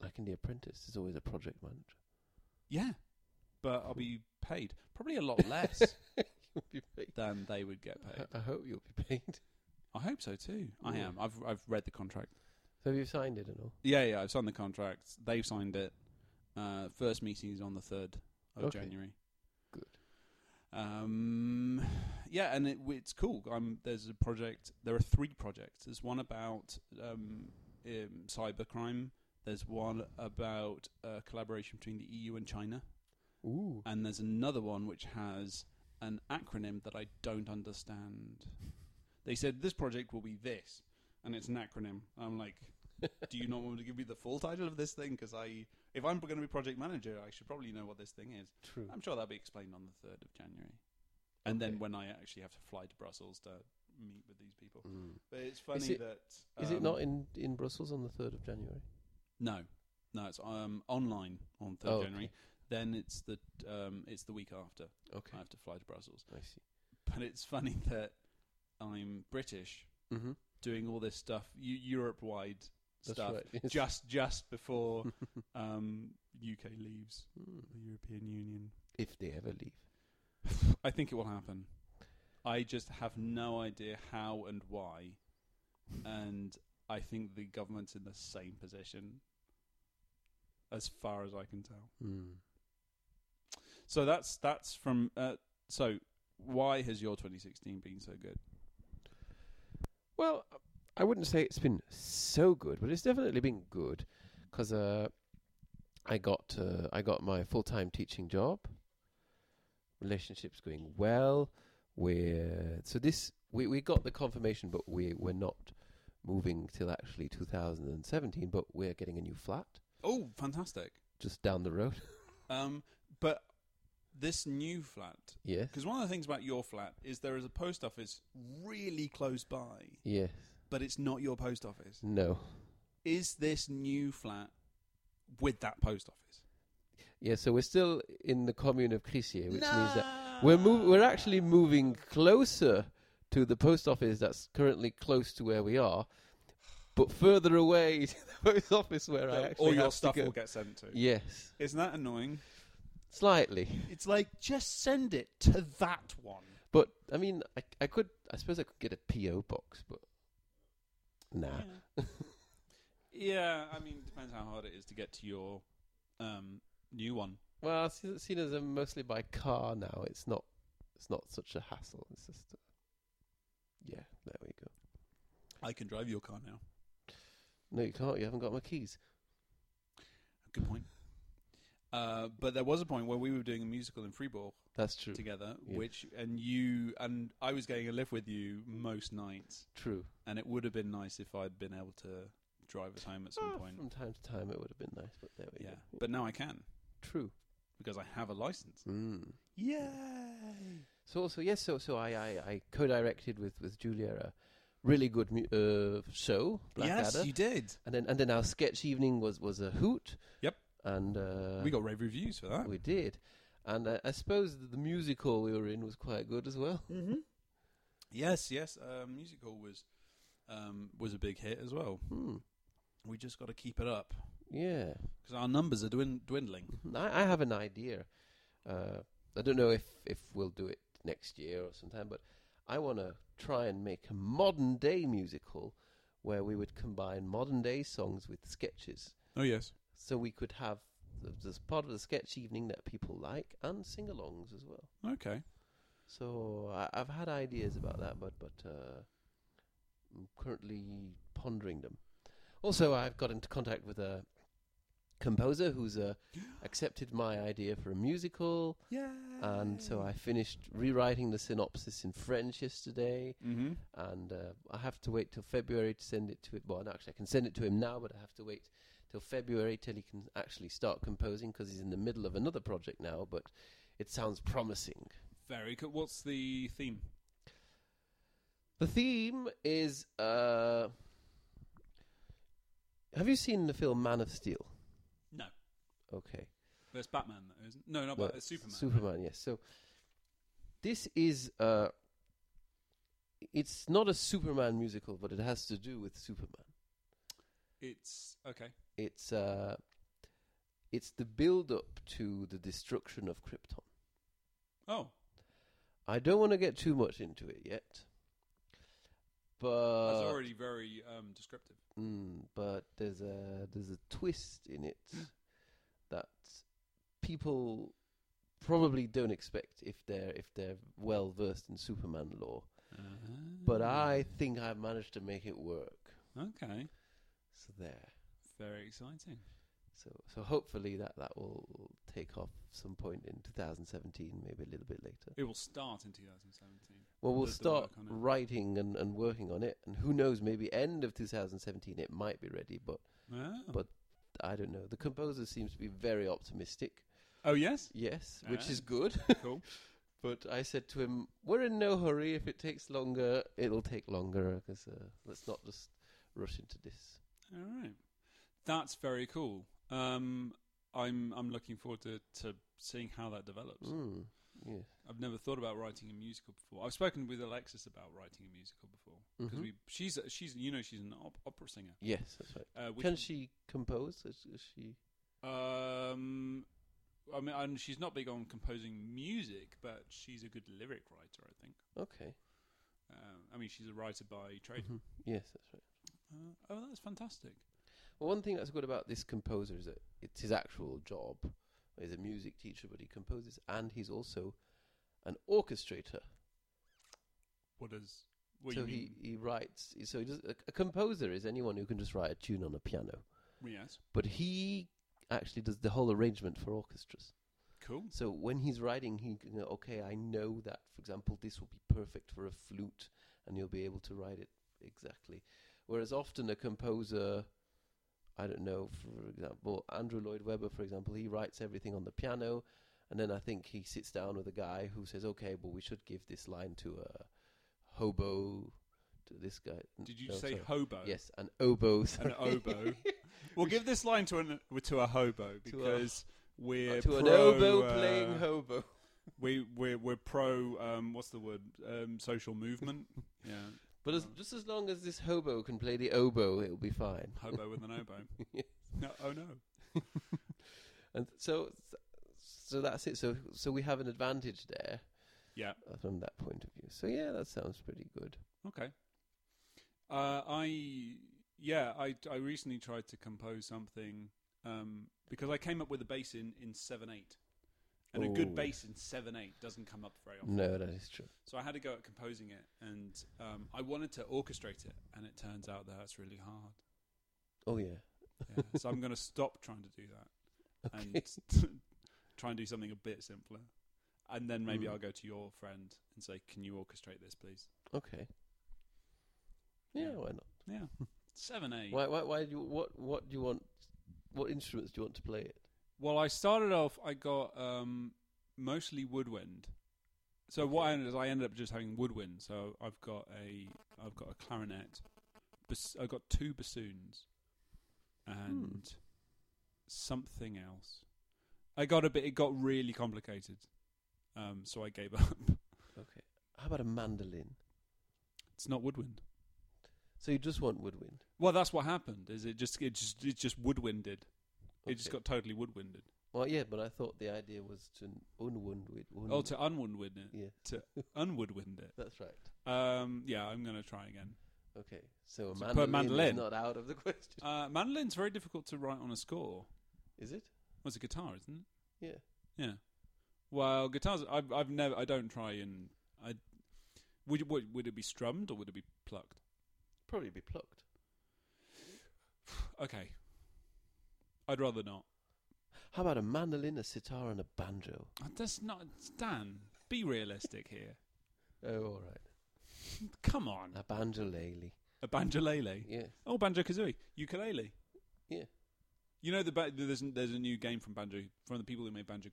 [SPEAKER 2] Like in The Apprentice, there's always a project manager.
[SPEAKER 1] Yeah, but I'll be paid probably a lot less
[SPEAKER 2] You'll be paid.
[SPEAKER 1] than they would get paid.
[SPEAKER 2] I, I hope you'll be paid.
[SPEAKER 1] I hope so too. I
[SPEAKER 2] Yeah.
[SPEAKER 1] am. I've I've read the contract.
[SPEAKER 2] So have you signed it and all?
[SPEAKER 1] Yeah, yeah. I've signed the contract. They've signed it. Uh, first meeting is on the third of
[SPEAKER 2] Okay.
[SPEAKER 1] January.
[SPEAKER 2] Good.
[SPEAKER 1] Um, yeah, and it, it's cool. I'm, there's a project. There are three projects. There's one about um, um, cybercrime. There's one about uh, collaboration between the EU and China,
[SPEAKER 2] Ooh.
[SPEAKER 1] and there's another one which has an acronym that I don't understand. They said this project will be this, and it's an acronym. I'm like, do you not want me to give me the full title of this thing? Because I, if I'm going to be project manager, I should probably know what this thing is.
[SPEAKER 2] True.
[SPEAKER 1] I'm sure that'll be explained on the 3rd of January. And
[SPEAKER 2] Okay.
[SPEAKER 1] then when I actually have to fly to Brussels to meet with these people.
[SPEAKER 2] Mm.
[SPEAKER 1] But it's funny
[SPEAKER 2] it-
[SPEAKER 1] that.
[SPEAKER 2] Is it
[SPEAKER 1] um,
[SPEAKER 2] not in, in Brussels on the 3rd of January?
[SPEAKER 1] No. No, it's um, online on 3rd
[SPEAKER 2] Oh, okay.
[SPEAKER 1] January. Then it's the um, it's the week after.
[SPEAKER 2] Okay.
[SPEAKER 1] I have to fly to Brussels.
[SPEAKER 2] I see.
[SPEAKER 1] But it's funny that I'm British
[SPEAKER 2] Mm-hmm.
[SPEAKER 1] doing all this stuff, Europe wide
[SPEAKER 2] That's
[SPEAKER 1] stuff,
[SPEAKER 2] right.
[SPEAKER 1] just just before um, UK leaves
[SPEAKER 2] Mm.
[SPEAKER 1] the European Union.
[SPEAKER 2] If they ever leave.
[SPEAKER 1] I think it will happen. I just have no idea how and why. And I think the government's in the same position as far as I can tell.
[SPEAKER 2] Mm.
[SPEAKER 1] So that's that's from uh, so why has your 2016 been so good?
[SPEAKER 2] Well, I wouldn't say it's been so good, but it's definitely been good because uh, I got uh, I got my full time teaching job. Relationships going well. We're so this we we got the confirmation, but we we're not moving till actually 2017. But we're getting a new flat
[SPEAKER 1] Oh, fantastic.
[SPEAKER 2] just down the road.
[SPEAKER 1] Um but this new flat
[SPEAKER 2] yes,
[SPEAKER 1] because one of the things about your flat is there is a post office really close by,
[SPEAKER 2] yes,
[SPEAKER 1] but it's not your post office.
[SPEAKER 2] no,
[SPEAKER 1] Is this new flat with that post office?
[SPEAKER 2] yeah. So we're still in the commune of Crissier, which means that We're mov- We're actually moving closer to the post office that's currently close to where we are, but further away to the post office where I actually
[SPEAKER 1] all your
[SPEAKER 2] have
[SPEAKER 1] stuff
[SPEAKER 2] to go.
[SPEAKER 1] will get sent to.
[SPEAKER 2] Yes,
[SPEAKER 1] Isn't that annoying?
[SPEAKER 2] slightly.
[SPEAKER 1] It's like just send it to that one.
[SPEAKER 2] But I mean, I, I could. I suppose I could get a PO box, but nah.
[SPEAKER 1] Yeah. yeah, I mean, depends how hard it is to get to your um, new one.
[SPEAKER 2] Well, it's se- seen as I'm mostly by car now, it's not. It's not such a hassle. It's just. uh, yeah, there we go.
[SPEAKER 1] I can drive your car now.
[SPEAKER 2] No, you can't. You haven't got my keys.
[SPEAKER 1] Good point. Uh, but there was a point where we were doing a musical in Fribourg
[SPEAKER 2] That's true.
[SPEAKER 1] together,
[SPEAKER 2] Yes.
[SPEAKER 1] which and you and I was getting a lift with you most nights,
[SPEAKER 2] True.
[SPEAKER 1] and it would have been nice if I'd been able to drive us home at some
[SPEAKER 2] Ah,
[SPEAKER 1] point.
[SPEAKER 2] From time to time, it would have been nice, but there we
[SPEAKER 1] Yeah,
[SPEAKER 2] go.
[SPEAKER 1] but now I can.
[SPEAKER 2] true.
[SPEAKER 1] because I have a license.
[SPEAKER 2] Mm.
[SPEAKER 1] Yay!
[SPEAKER 2] So, so yes, so so I I, I co-directed with with Julia a really good mu- uh, show,
[SPEAKER 1] yes,
[SPEAKER 2] Blackadder,
[SPEAKER 1] you did.
[SPEAKER 2] and then and then our sketch evening was was a hoot.
[SPEAKER 1] Yep.
[SPEAKER 2] And uh,
[SPEAKER 1] we got rave reviews for that.
[SPEAKER 2] we did, and uh, I suppose the musical we were in was quite good as well.
[SPEAKER 1] Mm-hmm. Yes, yes. Um, Music Hall was um, was a big hit as well.
[SPEAKER 2] Hmm.
[SPEAKER 1] We just got to keep it up
[SPEAKER 2] Yeah.
[SPEAKER 1] because our numbers are dwin- dwindling.
[SPEAKER 2] I, I have an idea. Uh, I don't know if, if we'll do it next year or sometime, but I want to try and make a modern day musical where we would combine modern day songs with sketches.
[SPEAKER 1] Oh yes,
[SPEAKER 2] So we could have th- this part of the sketch evening that people like and sing alongs as well.
[SPEAKER 1] okay.
[SPEAKER 2] So I, I've had ideas about that, but, but uh, I'm currently pondering them. Also, I've got into contact with a composer who's uh, accepted my idea for a musical.
[SPEAKER 1] Yeah.
[SPEAKER 2] And so I finished rewriting the synopsis in French yesterday,
[SPEAKER 1] Mm-hmm.
[SPEAKER 2] and uh, I have to wait till February to send it to it. Well, no, actually, I can send it to him now, but I have to wait till February till he can actually start composing because he's in the middle of another project now. But it sounds promising.
[SPEAKER 1] Very cool. What's the theme?
[SPEAKER 2] The theme is. Uh, have you seen the film Man of Steel?
[SPEAKER 1] No,
[SPEAKER 2] Okay.
[SPEAKER 1] that's Batman, though, isn't? No, not
[SPEAKER 2] No,
[SPEAKER 1] Batman. It's Superman.
[SPEAKER 2] Superman, yes. So this is uh it's not a Superman musical, but it has to do with Superman.
[SPEAKER 1] It's okay.
[SPEAKER 2] It's uh it's the build up to the destruction of Krypton.
[SPEAKER 1] Oh,
[SPEAKER 2] I don't want to get too much into it yet. But
[SPEAKER 1] that's
[SPEAKER 2] Uh,
[SPEAKER 1] already very um, descriptive.
[SPEAKER 2] Mm, but there's a there's a twist in it that people probably don't expect if they're if they're well versed in Superman lore. Uh-huh. But
[SPEAKER 1] Mm.
[SPEAKER 2] I think I managed to make it work.
[SPEAKER 1] okay.
[SPEAKER 2] So there.
[SPEAKER 1] Very exciting.
[SPEAKER 2] So so hopefully that that will take off some point in 2017, maybe a little bit later.
[SPEAKER 1] It will start in 2017.
[SPEAKER 2] Well, we'll
[SPEAKER 1] the- the
[SPEAKER 2] start
[SPEAKER 1] work on it.
[SPEAKER 2] writing and, and working on it, and who knows, maybe end of 2017 it might be ready, but
[SPEAKER 1] Oh,
[SPEAKER 2] But- I don't know. The composer seems to be very optimistic.
[SPEAKER 1] oh yes,
[SPEAKER 2] Yes, which is
[SPEAKER 1] Ah.
[SPEAKER 2] good.
[SPEAKER 1] cool.
[SPEAKER 2] But I said to him, "We're in no hurry. If it takes longer, it'll take longer. Because uh, let's not just rush into this."
[SPEAKER 1] All right, that's very cool. Um, I'm I'm looking forward to, to seeing how that develops.
[SPEAKER 2] Mm, yeah.
[SPEAKER 1] I've never thought about writing a musical before. I've spoken with Alexis about writing a musical before because
[SPEAKER 2] Mhm.
[SPEAKER 1] we she's she's you know she's an op- opera singer.
[SPEAKER 2] Yes, that's right.
[SPEAKER 1] Uh, which,
[SPEAKER 2] Can she compose? Is, is she?
[SPEAKER 1] Um, I mean, and she's not big on composing music, but she's a good lyric writer. I think.
[SPEAKER 2] Okay.
[SPEAKER 1] Um, I mean, she's a writer by trade.
[SPEAKER 2] Mhm. Yes, that's right. Mm-hmm.
[SPEAKER 1] Uh, oh, that's fantastic.
[SPEAKER 2] Well, one thing that's good about this composer is that it's his actual job. He's a music teacher, but he composes, and he's also an orchestrator.
[SPEAKER 1] What does what
[SPEAKER 2] so
[SPEAKER 1] you
[SPEAKER 2] he, he writes. So he does, a, a composer is anyone who can just write a tune on a piano.
[SPEAKER 1] mean? Yes,
[SPEAKER 2] but he actually does the whole arrangement for orchestras.
[SPEAKER 1] cool.
[SPEAKER 2] So when he's writing, he can go, okay, I know that, for example, this will be perfect for a flute, and you'll be able to write it exactly. Whereas often a composer, I don't know, for example, Andrew Lloyd Webber, for example, he writes everything on the piano, and then I think he sits down with a guy who says, okay, well, we should give this line to a hobo, to this guy.
[SPEAKER 1] Did you
[SPEAKER 2] No,
[SPEAKER 1] say
[SPEAKER 2] sorry.
[SPEAKER 1] hobo?
[SPEAKER 2] Yes, an oboe.
[SPEAKER 1] an
[SPEAKER 2] sorry.
[SPEAKER 1] oboe. we'll give this line to an to a hobo because we're
[SPEAKER 2] to
[SPEAKER 1] pro,
[SPEAKER 2] an oboe playing
[SPEAKER 1] uh,
[SPEAKER 2] hobo.
[SPEAKER 1] we we're we're pro. Um, what's the word? Um, social movement. yeah,
[SPEAKER 2] But as, just as long as this hobo can play the oboe, it'll be fine.
[SPEAKER 1] hobo with an oboe. No, oh no.
[SPEAKER 2] And so, so that's it. So, so we have an advantage there
[SPEAKER 1] Yeah.
[SPEAKER 2] uh, from that point of view. So yeah, that sounds pretty good.
[SPEAKER 1] Okay. Uh, I yeah. I I recently tried to compose something um, because I came up with a bass in in seven eight. And a
[SPEAKER 2] Oh.
[SPEAKER 1] good bass in seven eight doesn't come up very often.
[SPEAKER 2] No, that is true.
[SPEAKER 1] So I had to go at composing it, and um, I wanted to orchestrate it, and it turns out that that's really hard.
[SPEAKER 2] Oh yeah,
[SPEAKER 1] Yeah, so I'm going to stop trying to do that and try and do something a bit simpler. And then maybe
[SPEAKER 2] Mm.
[SPEAKER 1] I'll go to your friend and say, "Can you orchestrate this, please?"
[SPEAKER 2] okay. Yeah,
[SPEAKER 1] Yeah.
[SPEAKER 2] why not?
[SPEAKER 1] Yeah, seven eight.
[SPEAKER 2] Why, why, why do you, what, what do you want? What instruments do you want to play it?
[SPEAKER 1] Well, I started off. I got um, mostly woodwind. So what I ended is I ended up just having woodwind. So I've got a I've got a clarinet. Bas- I've got two bassoons,
[SPEAKER 2] Hmm.
[SPEAKER 1] and something else. I got a bit. It got really complicated. Um, so I gave up.
[SPEAKER 2] Okay. How about a mandolin?
[SPEAKER 1] it's not woodwind.
[SPEAKER 2] So you just want woodwind?
[SPEAKER 1] Well, that's what happened. Is it just it just it just woodwinded. It just
[SPEAKER 2] Okay.
[SPEAKER 1] got totally woodwinded.
[SPEAKER 2] Well, yeah, but I thought the idea was to unwound with. Unwound.
[SPEAKER 1] Oh, to unwoodwind it.
[SPEAKER 2] yeah,
[SPEAKER 1] Unwoodwind it.
[SPEAKER 2] that's right.
[SPEAKER 1] Um, yeah, I'm gonna try again.
[SPEAKER 2] Okay, so a
[SPEAKER 1] So
[SPEAKER 2] mandolin,
[SPEAKER 1] put mandolin.
[SPEAKER 2] is not out of the question,
[SPEAKER 1] Uh, mandolin's very difficult to write on a score.
[SPEAKER 2] is it?
[SPEAKER 1] Well, it's a guitar, isn't
[SPEAKER 2] Yeah.
[SPEAKER 1] it? Yeah. Well, guitars. I've I've never. I don't try and. I would it- would would it be strummed or would it be plucked?
[SPEAKER 2] Probably be plucked.
[SPEAKER 1] Okay. I'd rather not.
[SPEAKER 2] How about a mandolin, a sitar, and a banjo?
[SPEAKER 1] Uh, That's not Dan. Be realistic here.
[SPEAKER 2] Oh, all right.
[SPEAKER 1] Come on.
[SPEAKER 2] A banjolele.
[SPEAKER 1] A banjolele.
[SPEAKER 2] Yeah.
[SPEAKER 1] Oh, Banjo Kazooie, ukulele.
[SPEAKER 2] Yeah.
[SPEAKER 1] You know the ba- there's there's a new game from Banjo from the people who made Banjo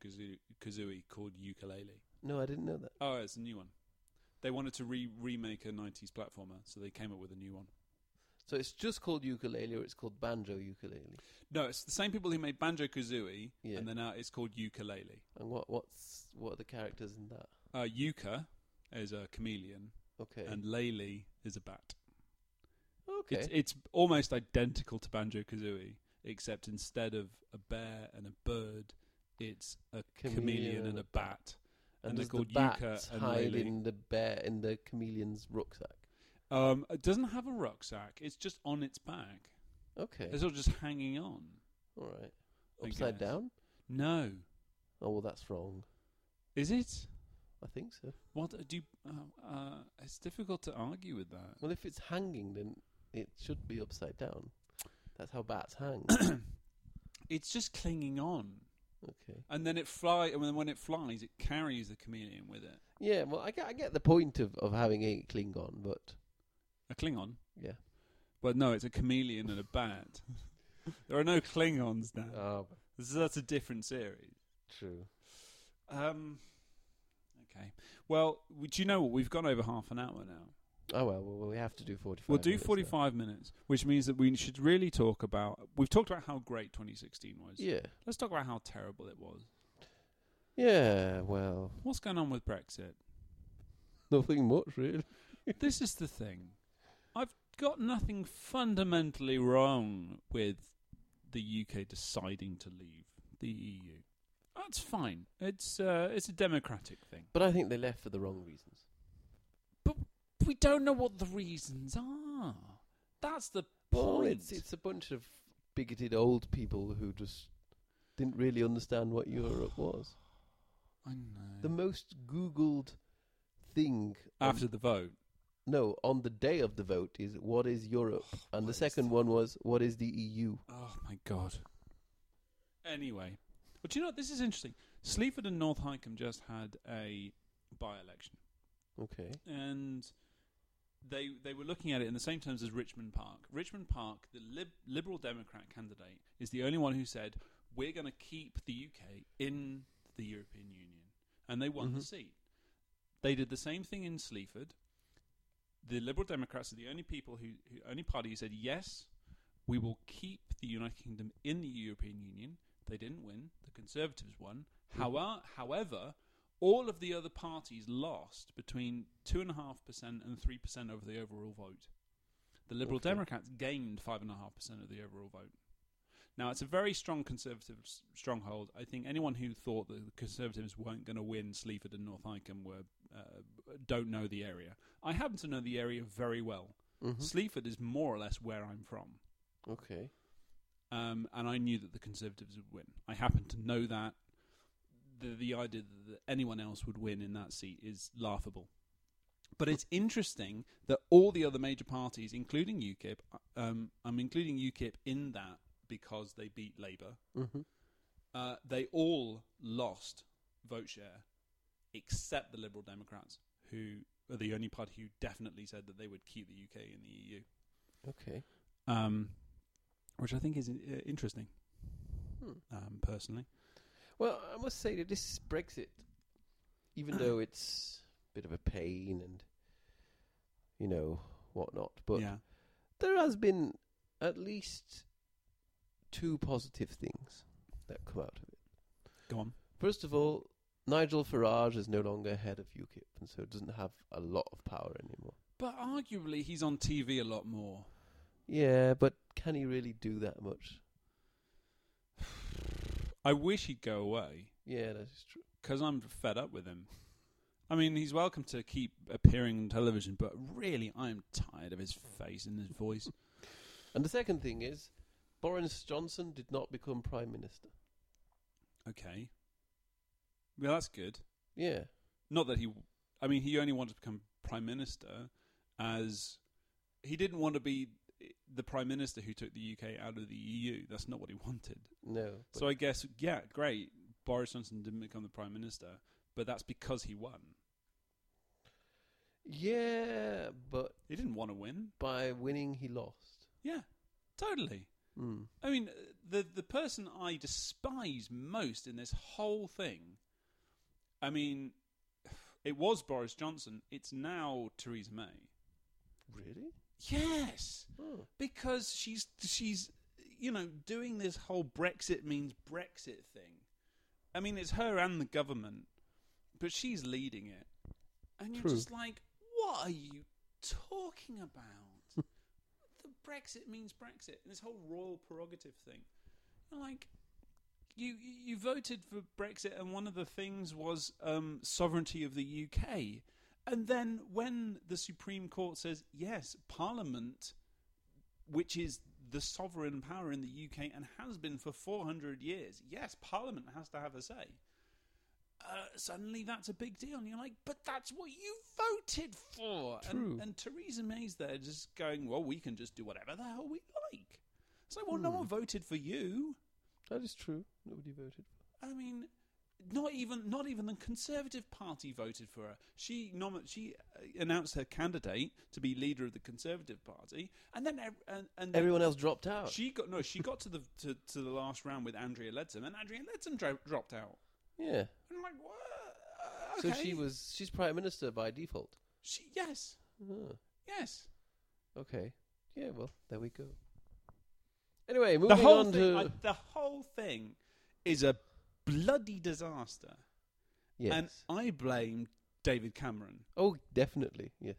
[SPEAKER 1] Kazooie called Ukulele.
[SPEAKER 2] No, I didn't know that.
[SPEAKER 1] Oh, it's a new one. They wanted to re remake a '90s platformer, so they came up with a new one.
[SPEAKER 2] So it's just called ukulele, or it's called banjo ukulele.
[SPEAKER 1] No, it's the same people who made Banjo Kazooie,
[SPEAKER 2] Yeah.
[SPEAKER 1] and then now it's called Ukulele.
[SPEAKER 2] And what what's what are the characters in that?
[SPEAKER 1] Uh, Yuka is a chameleon,
[SPEAKER 2] Okay.
[SPEAKER 1] and Lele is a bat.
[SPEAKER 2] okay.
[SPEAKER 1] It's, it's almost identical to Banjo Kazooie, except instead of a bear and a bird, it's a chameleon, and a bat. and they're
[SPEAKER 2] does
[SPEAKER 1] called
[SPEAKER 2] the bat
[SPEAKER 1] Yucca and
[SPEAKER 2] hide
[SPEAKER 1] Lele.
[SPEAKER 2] in the bear in the chameleon's rucksack?
[SPEAKER 1] Um, it doesn't have a rucksack. It's just on its back.
[SPEAKER 2] Okay.
[SPEAKER 1] It's all just hanging on.
[SPEAKER 2] all right.
[SPEAKER 1] I
[SPEAKER 2] Upside
[SPEAKER 1] guess.
[SPEAKER 2] down?
[SPEAKER 1] No,
[SPEAKER 2] Oh well, that's wrong.
[SPEAKER 1] is it?
[SPEAKER 2] I think so.
[SPEAKER 1] What do? You, uh, uh, it's difficult to argue with that.
[SPEAKER 2] Well, if it's hanging, then it should be upside down. That's how bats hang.
[SPEAKER 1] It's just clinging on,
[SPEAKER 2] okay.
[SPEAKER 1] and then it fly. And then when it flies, it carries the chameleon with it.
[SPEAKER 2] Yeah. Well, I get, I get the point of, of having a Klingon, but
[SPEAKER 1] A Klingon,
[SPEAKER 2] yeah.
[SPEAKER 1] but no, it's a chameleon and a bat. there are no Klingons now.
[SPEAKER 2] Oh,
[SPEAKER 1] This- that's a different series.
[SPEAKER 2] true.
[SPEAKER 1] Um, okay. Well, w- do you know what? We've gone over half an hour now.
[SPEAKER 2] Oh well, well, we have to do forty-five.
[SPEAKER 1] We'll do
[SPEAKER 2] minutes now.
[SPEAKER 1] 45 minutes, which means that we should really talk about. We've talked about how great 2016 was.
[SPEAKER 2] Yeah.
[SPEAKER 1] Let's talk about how terrible it was.
[SPEAKER 2] Yeah. Well,
[SPEAKER 1] What's going on with Brexit?
[SPEAKER 2] nothing much really.
[SPEAKER 1] this is the thing. I've got nothing fundamentally wrong with the UK deciding to leave the EU. That's fine. It's uh, it's a democratic thing.
[SPEAKER 2] But I think they left for the wrong reasons.
[SPEAKER 1] We don't know what the reasons are. That's the
[SPEAKER 2] Well,
[SPEAKER 1] point.
[SPEAKER 2] it's it's a bunch of bigoted old people who just didn't really understand what Europe was.
[SPEAKER 1] I know.
[SPEAKER 2] The most googled thing on-
[SPEAKER 1] After the vote.
[SPEAKER 2] no on the day of the vote is what is Europe,
[SPEAKER 1] what
[SPEAKER 2] and the
[SPEAKER 1] is
[SPEAKER 2] second one was what is the E EU.
[SPEAKER 1] Oh my god. Anyway, but do you know what? This is interesting. Sleaford and North Highcombe just had a by-election,
[SPEAKER 2] Okay,
[SPEAKER 1] and they they were looking at it in the same terms as Richmond Park. Richmond Park, the Lib- Liberal Democrat candidate, is the only one who said we're going to keep the UK in the European Union, and they won the
[SPEAKER 2] Mhm.
[SPEAKER 1] seat. They did the same thing in Sleaford. The Liberal Democrats are the only people who, who only party who said yes, we will keep the United Kingdom in the European Union. They didn't win. The Conservatives won. However, however, all of the other parties lost between two and a half percent and three percent over the overall vote. The Liberal
[SPEAKER 2] Okay.
[SPEAKER 1] Democrats gained five and a half percent of the overall vote. Now it's a very strong Conservative s- stronghold. I think anyone who thought that the Conservatives weren't going to win Sleaford and North Icombe were uh, don't know the area. I happen to know the area very well.
[SPEAKER 2] Mhm.
[SPEAKER 1] Sleaford is more or less where I'm from
[SPEAKER 2] okay,
[SPEAKER 1] um, and I knew that the Conservatives would win. I happen to know that. The, the idea that- that anyone else would win in that seat is laughable. But it's interesting that all the other major parties, including UKIP, um, I'm including UKIP in that because they beat Labour,
[SPEAKER 2] hmm
[SPEAKER 1] uh, they all lost vote share except the Liberal Democrats, who are the only party who definitely said that they would keep the UK in the E EU,
[SPEAKER 2] okay.
[SPEAKER 1] um, which I think is uh, interesting.
[SPEAKER 2] Hmm.
[SPEAKER 1] um, personally.
[SPEAKER 2] Well, I must say that this Brexit, even though it's a bit of a pain and you know whatnot, but
[SPEAKER 1] yeah,
[SPEAKER 2] there has been at least two positive things that come out of it.
[SPEAKER 1] go on.
[SPEAKER 2] First of all, Nigel Farage is no longer head of UKIP, and so doesn't have a lot of power anymore.
[SPEAKER 1] But arguably, he's on TV a lot more.
[SPEAKER 2] Yeah, but can he really do that much?
[SPEAKER 1] I wish he'd go away
[SPEAKER 2] Yeah, that is true.
[SPEAKER 1] because I'm fed up with him. I mean, he's welcome to keep appearing on television, but really, I'm tired of his face and his voice.
[SPEAKER 2] And the second thing is, Boris Johnson did not become prime minister.
[SPEAKER 1] Okay. Well, that's good.
[SPEAKER 2] Yeah.
[SPEAKER 1] Not that he. I mean, he only wanted to become prime minister as he didn't want to be the prime minister who took the UK out of the EU. That's not what he wanted.
[SPEAKER 2] No. but-
[SPEAKER 1] So I guess, yeah, great. Boris Johnson didn't become the prime minister, but that's because he won.
[SPEAKER 2] yeah, but
[SPEAKER 1] He didn't want to win.
[SPEAKER 2] by winning he lost.
[SPEAKER 1] Yeah, totally.
[SPEAKER 2] Mm.
[SPEAKER 1] I mean, uh, the the person I despise most in this whole thing. I mean, it was Boris Johnson. It's now Theresa May.
[SPEAKER 2] Really?
[SPEAKER 1] Yes,
[SPEAKER 2] Oh.
[SPEAKER 1] because she's she's you know doing this whole Brexit means Brexit thing. I mean, it's her and the government, but she's leading it, and you're
[SPEAKER 2] True.
[SPEAKER 1] just like, what are you talking about? the Brexit means Brexit, and this whole royal prerogative thing. You're like, you you voted for Brexit, and one of the things was um, sovereignty of the UK. And then when the Supreme Court says yes, Parliament, which is the sovereign power in the UK and has been for 400 years, yes, Parliament has to have a say. Uh, suddenly, that's a big deal, and you're like, "But that's what you voted for."
[SPEAKER 2] True.
[SPEAKER 1] And, and Theresa May's there, just going, "Well, we can just do whatever the hell we like." It's like, "Well, no one voted for you."
[SPEAKER 2] That is true. Nobody voted.
[SPEAKER 1] I mean, not even not even the Conservative Party voted for her. She nom- she uh, announced her candidate to be leader of the Conservative Party, and then ev- and, and
[SPEAKER 2] Everyone else dropped out.
[SPEAKER 1] she got no. She got to the to, to the last round with Andrea Leadsom, and Andrea Leadsom dro- dropped out.
[SPEAKER 2] yeah.
[SPEAKER 1] And I'm like, what? Uh,
[SPEAKER 2] So
[SPEAKER 1] Okay.
[SPEAKER 2] she was she's prime minister by default.
[SPEAKER 1] She, yes,
[SPEAKER 2] Oh,
[SPEAKER 1] yes.
[SPEAKER 2] okay. Yeah, well, there we go. Anyway, moving
[SPEAKER 1] The whole
[SPEAKER 2] on
[SPEAKER 1] thing.
[SPEAKER 2] to
[SPEAKER 1] I, the whole thing is a bloody disaster,
[SPEAKER 2] yes.
[SPEAKER 1] and I blame David Cameron.
[SPEAKER 2] oh, definitely. Yes.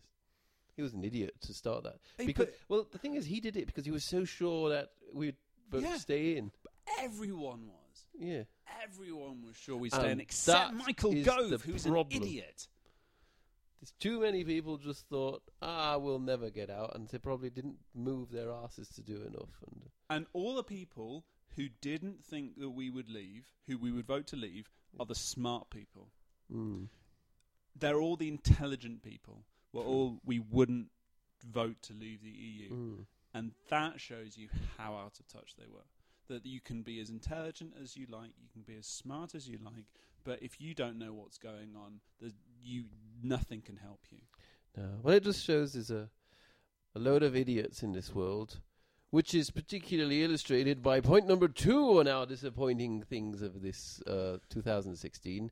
[SPEAKER 2] He was an idiot to start that.
[SPEAKER 1] Hey,
[SPEAKER 2] because
[SPEAKER 1] but-
[SPEAKER 2] well, the thing is he did it because he was so sure that we'd both
[SPEAKER 1] Yeah.
[SPEAKER 2] stay in.
[SPEAKER 1] Everyone was.
[SPEAKER 2] Yeah.
[SPEAKER 1] Everyone was sure we
[SPEAKER 2] And
[SPEAKER 1] stayed, except
[SPEAKER 2] Um, that
[SPEAKER 1] Michael
[SPEAKER 2] is the
[SPEAKER 1] Gove, who's
[SPEAKER 2] problem.
[SPEAKER 1] an idiot.
[SPEAKER 2] There's too many people just thought, ah, we'll never get out, and they probably didn't move their asses to do enough. And
[SPEAKER 1] And all the people who didn't think that we would leave, who we would vote to leave, are the smart people.
[SPEAKER 2] mm.
[SPEAKER 1] They're all the intelligent people. We're all we wouldn't vote to leave the EU,
[SPEAKER 2] Mm.
[SPEAKER 1] and that shows you how out of touch they were. That you can be as intelligent as you like, you can be as smart as you like, but if you don't know what's going on, the, you nothing can help you.
[SPEAKER 2] No. Well, it just shows there's a, a load of idiots in this world, which is particularly illustrated by point number two on our disappointing things of this uh, 2016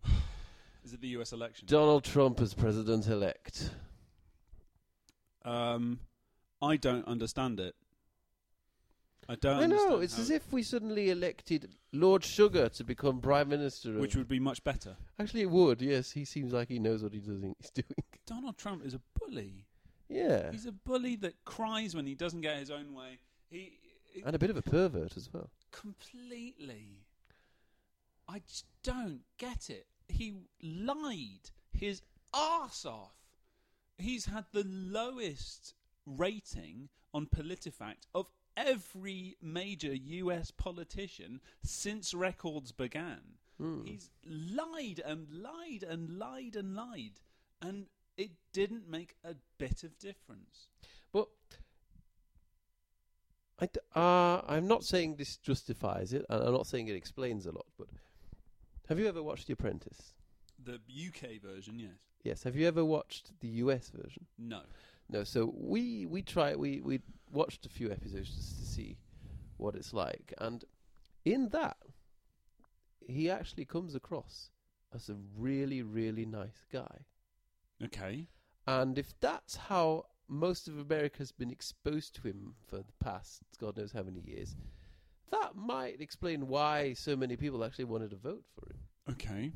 [SPEAKER 1] Is it the U.S. election?
[SPEAKER 2] Donald Trump as president elect.
[SPEAKER 1] Um, I don't understand it. I don't.
[SPEAKER 2] I know,
[SPEAKER 1] understand
[SPEAKER 2] it's
[SPEAKER 1] how
[SPEAKER 2] as
[SPEAKER 1] it-
[SPEAKER 2] if we suddenly elected Lord Sugar to become prime minister. of-
[SPEAKER 1] which would be much better.
[SPEAKER 2] Actually, it would, yes. He seems like he knows what he does, he's doing.
[SPEAKER 1] Donald Trump is a bully.
[SPEAKER 2] yeah.
[SPEAKER 1] He's a bully that cries when he doesn't get his own way. He it-
[SPEAKER 2] And a bit of a pervert as well.
[SPEAKER 1] completely. I just don't get it. He lied his ass off. He's had the lowest rating on PolitiFact of every major US politician since records began. He's lied and lied and lied and lied, and it didn't make a bit of difference.
[SPEAKER 2] But I d- uh, I'm not saying this justifies it, and I'm not saying it explains a lot. But have you ever watched The Apprentice?
[SPEAKER 1] The UK version, yes.
[SPEAKER 2] Yes. Have you ever watched the US version?
[SPEAKER 1] No.
[SPEAKER 2] No. So we we try we we watched a few episodes just to see what it's like, and in that he actually comes across as a really, really nice guy.
[SPEAKER 1] Okay.
[SPEAKER 2] And if that's how most of America's been exposed to him for the past God knows how many years, that might explain why so many people actually wanted to vote for him.
[SPEAKER 1] Okay.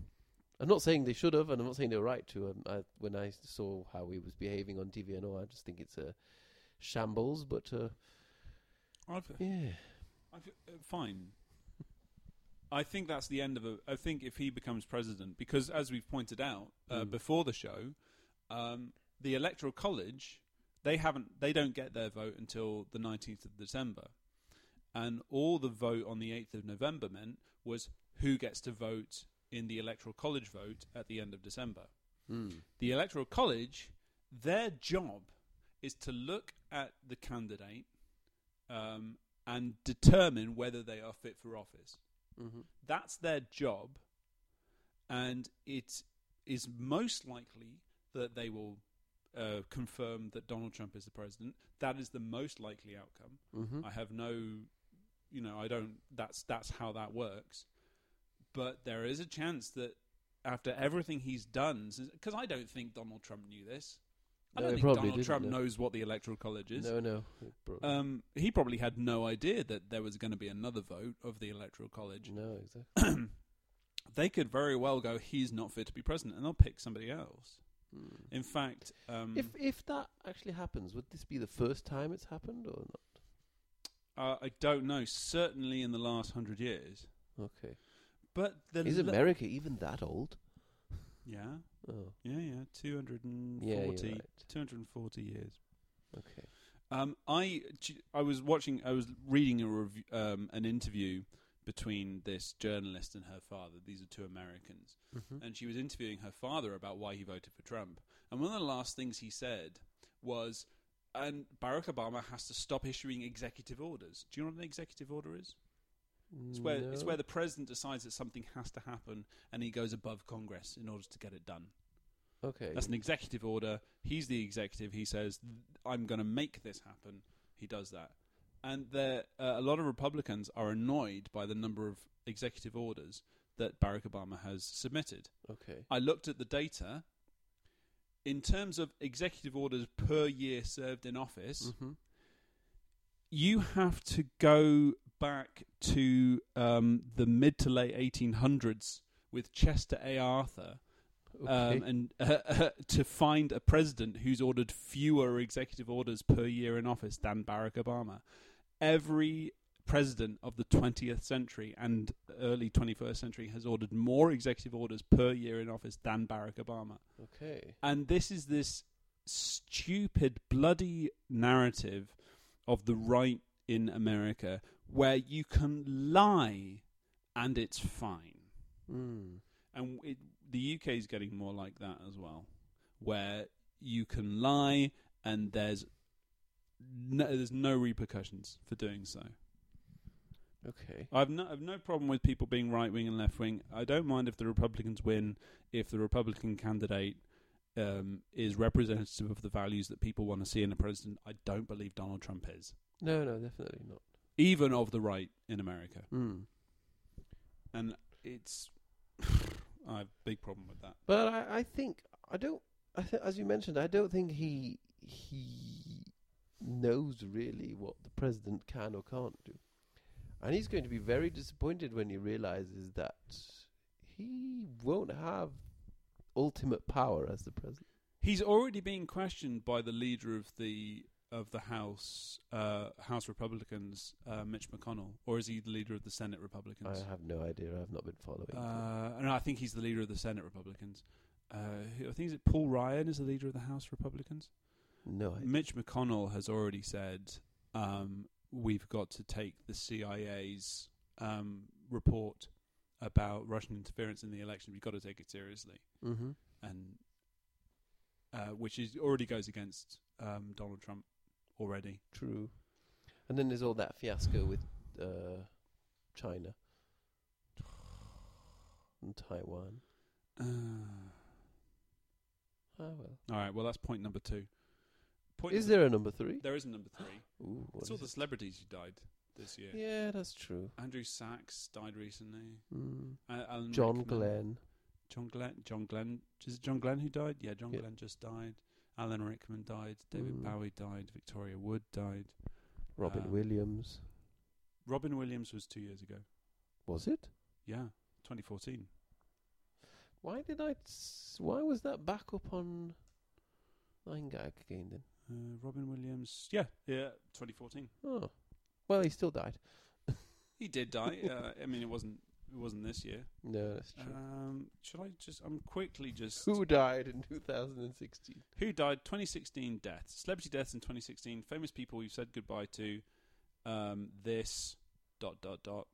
[SPEAKER 2] I'm not saying they should have, and I'm not saying they were right to. Um, I, when I saw how he was behaving on TV and all, I just think it's a shambles. But uh,
[SPEAKER 1] I've,
[SPEAKER 2] yeah,
[SPEAKER 1] I've, uh, fine. I think that's the end of it. I think if he becomes president, because as we've pointed out uh,
[SPEAKER 2] Mm.
[SPEAKER 1] before the show, um, the electoral college they haven't they don't get their vote until the nineteenth of December, and all the vote on the eighth of November meant was who gets to vote in the electoral college vote at the end of December
[SPEAKER 2] Mm.
[SPEAKER 1] the electoral college their job is to look at the candidate um, and determine whether they are fit for office
[SPEAKER 2] Mhm.
[SPEAKER 1] that's their job and it is most likely that they will uh, confirm that Donald Trump is the president that is the most likely outcome
[SPEAKER 2] Mhm.
[SPEAKER 1] I have no, you know, I don't. That's that's how that works. But there is a chance that after everything he's done, because I don't think Donald Trump knew this. I
[SPEAKER 2] No,
[SPEAKER 1] don't
[SPEAKER 2] he
[SPEAKER 1] think
[SPEAKER 2] probably
[SPEAKER 1] Donald
[SPEAKER 2] didn't,
[SPEAKER 1] Trump
[SPEAKER 2] no.
[SPEAKER 1] knows what the electoral college is.
[SPEAKER 2] no, no, it bro-
[SPEAKER 1] Um, he probably had no idea that there was going to be another vote of the electoral college.
[SPEAKER 2] no, exactly.
[SPEAKER 1] They could very well go, "He's not fit to be president," and they'll pick somebody else.
[SPEAKER 2] Mm.
[SPEAKER 1] In fact, um,
[SPEAKER 2] If if that actually happens, would this be the first time it's happened or not?
[SPEAKER 1] uh, I don't know, certainly in the last hundred years.
[SPEAKER 2] Okay,
[SPEAKER 1] But the
[SPEAKER 2] is
[SPEAKER 1] le-
[SPEAKER 2] America even that old?
[SPEAKER 1] yeah.
[SPEAKER 2] Oh,
[SPEAKER 1] Yeah, yeah, 240,
[SPEAKER 2] yeah, you're right.
[SPEAKER 1] 240 years.
[SPEAKER 2] Okay,
[SPEAKER 1] Um, I ch- I was watching, I was reading a review, um, an interview between this journalist and her father. These are two Americans,
[SPEAKER 2] Mm-hmm.
[SPEAKER 1] and she was interviewing her father about why he voted for Trump. And one of the last things he said was, "And Barack Obama has to stop issuing executive orders." Do you know what an executive order is? It's where it's
[SPEAKER 2] Mm, No.
[SPEAKER 1] where the president decides that something has to happen, and he goes above Congress in order to get it done.
[SPEAKER 2] okay.
[SPEAKER 1] That's an executive order. He's the executive. He says, "I'm going to make this happen." He does that, and there, uh, a lot of Republicans are annoyed by the number of executive orders that Barack Obama has submitted.
[SPEAKER 2] okay.
[SPEAKER 1] I looked at the data. In terms of executive orders per year served in office,
[SPEAKER 2] Mm-hmm.
[SPEAKER 1] you have to go back to um, the mid to late 1800s with Chester A. Arthur
[SPEAKER 2] Okay.
[SPEAKER 1] um, and to find a president who's ordered fewer executive orders per year in office than Barack Obama. Every president of the 20th century and early 21st century has ordered more executive orders per year in office than Barack Obama.
[SPEAKER 2] okay.
[SPEAKER 1] And this is this stupid, bloody narrative of the right in America where you can lie and it's fine
[SPEAKER 2] Mm.
[SPEAKER 1] and it, the UK is getting more like that as well, where you can lie and there's no, there's no repercussions for doing so.
[SPEAKER 2] Okay.
[SPEAKER 1] I've no I've no problem with people being right wing and left wing. I don't mind if the Republicans win if the Republican candidate um, is representative of the values that people want to see in a president. I don't believe Donald Trump is,
[SPEAKER 2] No, no, definitely not.
[SPEAKER 1] even of the right in America,
[SPEAKER 2] Mm.
[SPEAKER 1] and it's I have a big problem with that.
[SPEAKER 2] But I, I think I don't. I th- as you mentioned, I don't think he he knows really what the president can or can't do, and he's going to be very disappointed when he realizes that he won't have ultimate power as the president.
[SPEAKER 1] He's already being questioned by the leader of the of the House uh, House Republicans, uh, Mitch McConnell, or is he the leader of the Senate Republicans?
[SPEAKER 2] I have no idea. I've not been following. it.
[SPEAKER 1] Uh, and I think he's the leader of the Senate Republicans. Uh, who- I think is it Paul Ryan is the leader of the House Republicans.
[SPEAKER 2] no idea.
[SPEAKER 1] Mitch McConnell has already said um, we've got to take the CIA's um, report about Russian interference in the election. We've got to take it seriously
[SPEAKER 2] Mm-hmm.
[SPEAKER 1] and uh, which is already goes against um, Donald Trump already.
[SPEAKER 2] True. And then there's all that fiasco with uh, China and Taiwan.
[SPEAKER 1] Uh,
[SPEAKER 2] Ah well.
[SPEAKER 1] all right, well that's point number two. Point
[SPEAKER 2] Is
[SPEAKER 1] number-
[SPEAKER 2] there a number three?
[SPEAKER 1] There is a number three.
[SPEAKER 2] Ooh, what
[SPEAKER 1] it's all
[SPEAKER 2] is
[SPEAKER 1] the
[SPEAKER 2] it?
[SPEAKER 1] celebrities who died. this year.
[SPEAKER 2] Yeah, that's true.
[SPEAKER 1] Andrew Sachs died recently.
[SPEAKER 2] Mm.
[SPEAKER 1] Uh, Alan
[SPEAKER 2] John
[SPEAKER 1] Rickman.
[SPEAKER 2] Glenn.
[SPEAKER 1] John Glenn. John Glenn. Is it John Glenn who died? Yeah, John
[SPEAKER 2] Yeah.
[SPEAKER 1] Glenn just died. Alan Rickman died. David
[SPEAKER 2] Mm.
[SPEAKER 1] Bowie died. Victoria Wood died.
[SPEAKER 2] Robin
[SPEAKER 1] Um,
[SPEAKER 2] Williams.
[SPEAKER 1] Robin Williams was two years ago.
[SPEAKER 2] Was it?
[SPEAKER 1] Yeah, 2014.
[SPEAKER 2] Why did I? s- Why was that back up on Nine Gag again then?
[SPEAKER 1] Uh, Robin Williams. Yeah, yeah, 2014.
[SPEAKER 2] Oh, well, he still died.
[SPEAKER 1] He did die. uh, I mean, it wasn't. It wasn't this year.
[SPEAKER 2] No, that's true.
[SPEAKER 1] Um, should I just? I'm quickly just.
[SPEAKER 2] Who died in 2016?
[SPEAKER 1] Who died? 2016 deaths. Celebrity deaths in 2016. Famous people we've said goodbye to. Um, this. Dot dot dot.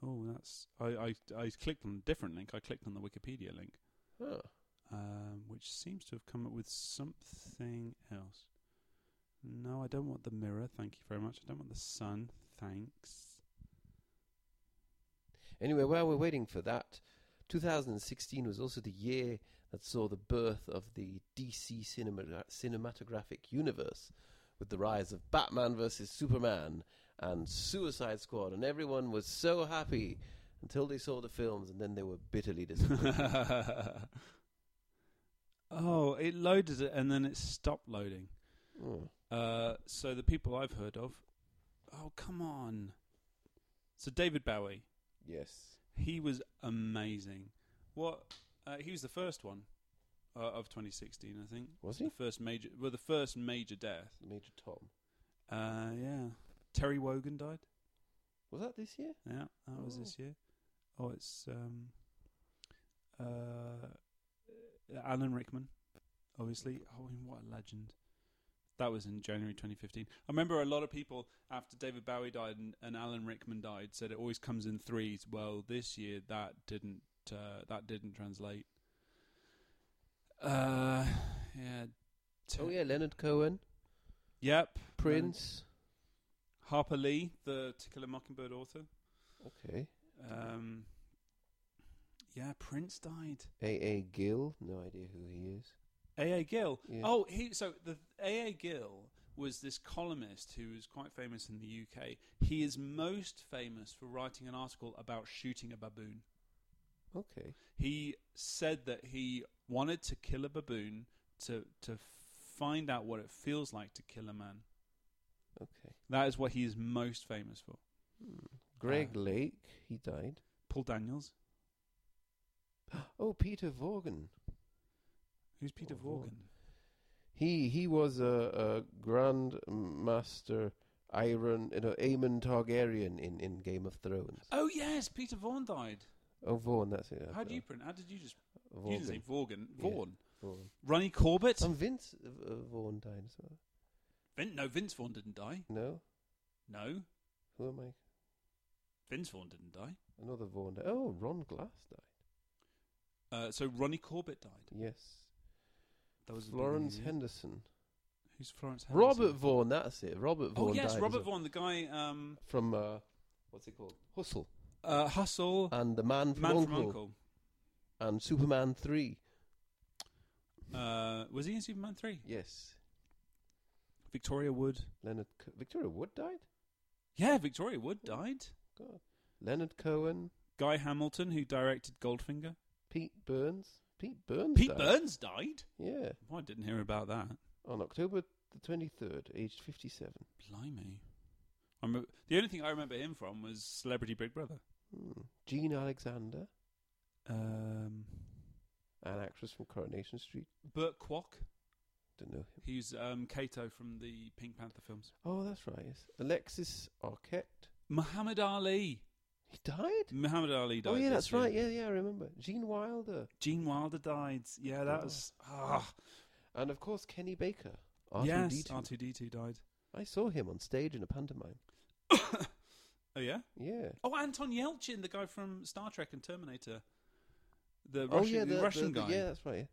[SPEAKER 1] Oh, that's. I, I I clicked on a different link. I clicked on the Wikipedia link,
[SPEAKER 2] Oh,
[SPEAKER 1] um, which seems to have come up with something else. No, I don't want the mirror. Thank you very much. I don't want the sun. Thanks.
[SPEAKER 2] Anyway, while we're waiting for that, 2016 was also the year that saw the birth of the DC cinema- cinematographic universe with the rise of Batman vs. Superman and Suicide Squad, and everyone was so happy until they saw the films and then they were bitterly disappointed.
[SPEAKER 1] oh, it loaded it and then it stopped loading.
[SPEAKER 2] Oh.
[SPEAKER 1] Uh, so the people I've heard of. Oh, come on. So David Bowie,
[SPEAKER 2] Yes.
[SPEAKER 1] he was amazing. What? Uh, he was the first one uh, of 2016, I think.
[SPEAKER 2] Was
[SPEAKER 1] The
[SPEAKER 2] he?
[SPEAKER 1] first major, well, the first major death.
[SPEAKER 2] Major Tom.
[SPEAKER 1] Uh, yeah. Terry Wogan died.
[SPEAKER 2] Was that this year?
[SPEAKER 1] Yeah, that was
[SPEAKER 2] Oh.
[SPEAKER 1] this year. Oh, it's um, uh, Alan Rickman, obviously. Oh, and what a legend! That was in January 2015. I remember a lot of people after David Bowie died and, and Alan Rickman died said it always comes in threes. Well, this year that didn't uh, that didn't translate. Uh, yeah. Ter-
[SPEAKER 2] Oh, yeah, Leonard Cohen,
[SPEAKER 1] Yep.
[SPEAKER 2] Prince.
[SPEAKER 1] Harper Lee, the To Kill a Mockingbird author.
[SPEAKER 2] Okay.
[SPEAKER 1] Um, yeah, Prince died.
[SPEAKER 2] A.A. Gill, no idea who he is.
[SPEAKER 1] A.A. Gill.
[SPEAKER 2] Yeah.
[SPEAKER 1] Oh, he so the A.A. Gill was this columnist who was quite famous in the UK. He is most famous for writing an article about shooting a baboon.
[SPEAKER 2] Okay.
[SPEAKER 1] He said that he wanted to kill a baboon to to find out what it feels like to kill a man.
[SPEAKER 2] Okay.
[SPEAKER 1] That is what he is most famous for.
[SPEAKER 2] Greg Lake, he died.
[SPEAKER 1] Paul Daniels.
[SPEAKER 2] Oh, Peter Vaughan.
[SPEAKER 1] Who's Peter
[SPEAKER 2] Oh,
[SPEAKER 1] Vaughan?
[SPEAKER 2] He he was a, a Grand Master Iron, you know, Aemon Targaryen in, in Game of Thrones.
[SPEAKER 1] Oh yes, Peter Vaughan died.
[SPEAKER 2] Oh, Vaughan, that's it.
[SPEAKER 1] How do you print? How did you just?
[SPEAKER 2] Vaughan,
[SPEAKER 1] You didn't say Vaughan.
[SPEAKER 2] Yeah.
[SPEAKER 1] Vaughan.
[SPEAKER 2] Vaughan.
[SPEAKER 1] Ronnie Corbett.
[SPEAKER 2] And Vince uh, Vaughan died as well.
[SPEAKER 1] Vin- no, Vince Vaughn didn't die.
[SPEAKER 2] No,
[SPEAKER 1] No,
[SPEAKER 2] who am I?
[SPEAKER 1] Vince Vaughn didn't die.
[SPEAKER 2] Another Vaughan. Died. Oh, Ron Glass died.
[SPEAKER 1] Uh, so Ronnie Corbett died.
[SPEAKER 2] Yes.
[SPEAKER 1] That was the
[SPEAKER 2] Florence
[SPEAKER 1] beginning of
[SPEAKER 2] Henderson.
[SPEAKER 1] the- Who's Florence Henderson?
[SPEAKER 2] Robert Vaughan. That's it. Robert Vaughan.
[SPEAKER 1] Oh yes,
[SPEAKER 2] died as
[SPEAKER 1] Robert
[SPEAKER 2] well.
[SPEAKER 1] Vaughn, the guy um,
[SPEAKER 2] from uh, what's it called? Hustle
[SPEAKER 1] uh, Hustle,
[SPEAKER 2] and the Man from,
[SPEAKER 1] Man
[SPEAKER 2] Uncle,
[SPEAKER 1] from Uncle.
[SPEAKER 2] and Superman three.
[SPEAKER 1] Uh, was he in Superman three?
[SPEAKER 2] Yes,
[SPEAKER 1] Victoria Wood.
[SPEAKER 2] Leonard Co- Victoria Wood died.
[SPEAKER 1] Yeah, Victoria Wood died.
[SPEAKER 2] God, Leonard Cohen,
[SPEAKER 1] Guy Hamilton, who directed Goldfinger.
[SPEAKER 2] Pete Burns, Pete Burns,
[SPEAKER 1] Pete
[SPEAKER 2] died.
[SPEAKER 1] Burns died.
[SPEAKER 2] yeah,
[SPEAKER 1] Oh, I didn't hear about that.
[SPEAKER 2] on October the twenty third, aged fifty seven.
[SPEAKER 1] Blimey. I remember, the only thing I remember him from was Celebrity Big Brother.
[SPEAKER 2] Hmm. Jean Alexander,
[SPEAKER 1] Um,
[SPEAKER 2] an actress from Coronation Street.
[SPEAKER 1] Burt Kwok.
[SPEAKER 2] Don't know him.
[SPEAKER 1] He's um, Kato from the Pink Panther films.
[SPEAKER 2] Oh, that's right. Yes, Alexis Arquette.
[SPEAKER 1] Muhammad Ali.
[SPEAKER 2] He died.
[SPEAKER 1] Muhammad Ali died.
[SPEAKER 2] oh yeah,
[SPEAKER 1] this
[SPEAKER 2] that's
[SPEAKER 1] year.
[SPEAKER 2] right. Yeah, yeah, I remember. Gene Wilder,
[SPEAKER 1] Gene Wilder died. Yeah, that
[SPEAKER 2] Oh.
[SPEAKER 1] was. Ah,
[SPEAKER 2] and of course Kenny Baker. R2D2.
[SPEAKER 1] yes. R two D two died.
[SPEAKER 2] I saw him on stage in a pantomime.
[SPEAKER 1] Oh yeah.
[SPEAKER 2] Yeah.
[SPEAKER 1] Oh, Anton Yelchin, the guy from Star Trek and Terminator, the
[SPEAKER 2] oh
[SPEAKER 1] Russian,
[SPEAKER 2] yeah, the,
[SPEAKER 1] the,
[SPEAKER 2] the-
[SPEAKER 1] Russian
[SPEAKER 2] the-
[SPEAKER 1] guy.
[SPEAKER 2] Yeah, that's right.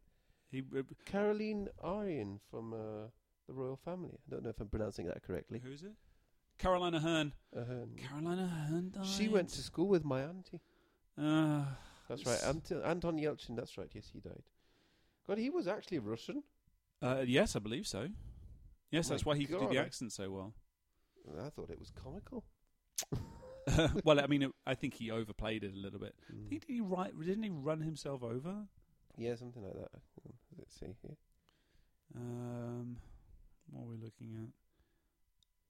[SPEAKER 1] He, uh,
[SPEAKER 2] Caroline Aryan from uh, the royal family. I don't know if I'm pronouncing that correctly.
[SPEAKER 1] who is it? Carolina Hearn.
[SPEAKER 2] Uh, her-
[SPEAKER 1] Carolina Hearn died.
[SPEAKER 2] she went to school with my auntie.
[SPEAKER 1] Uh,
[SPEAKER 2] That's right, Ant- Anton Yelchin. That's right. Yes, he died. God, he was actually Russian.
[SPEAKER 1] uh, yes, I believe so. Yes,
[SPEAKER 2] Oh My
[SPEAKER 1] that's why he could do
[SPEAKER 2] God,
[SPEAKER 1] the
[SPEAKER 2] I-
[SPEAKER 1] accent so well.
[SPEAKER 2] I thought it was comical.
[SPEAKER 1] well, I mean, it, I think he overplayed it a little bit. I think did he right? Didn't he run himself over?
[SPEAKER 2] Hmm. Yeah, something like that. Let's see here.
[SPEAKER 1] Um, what are we looking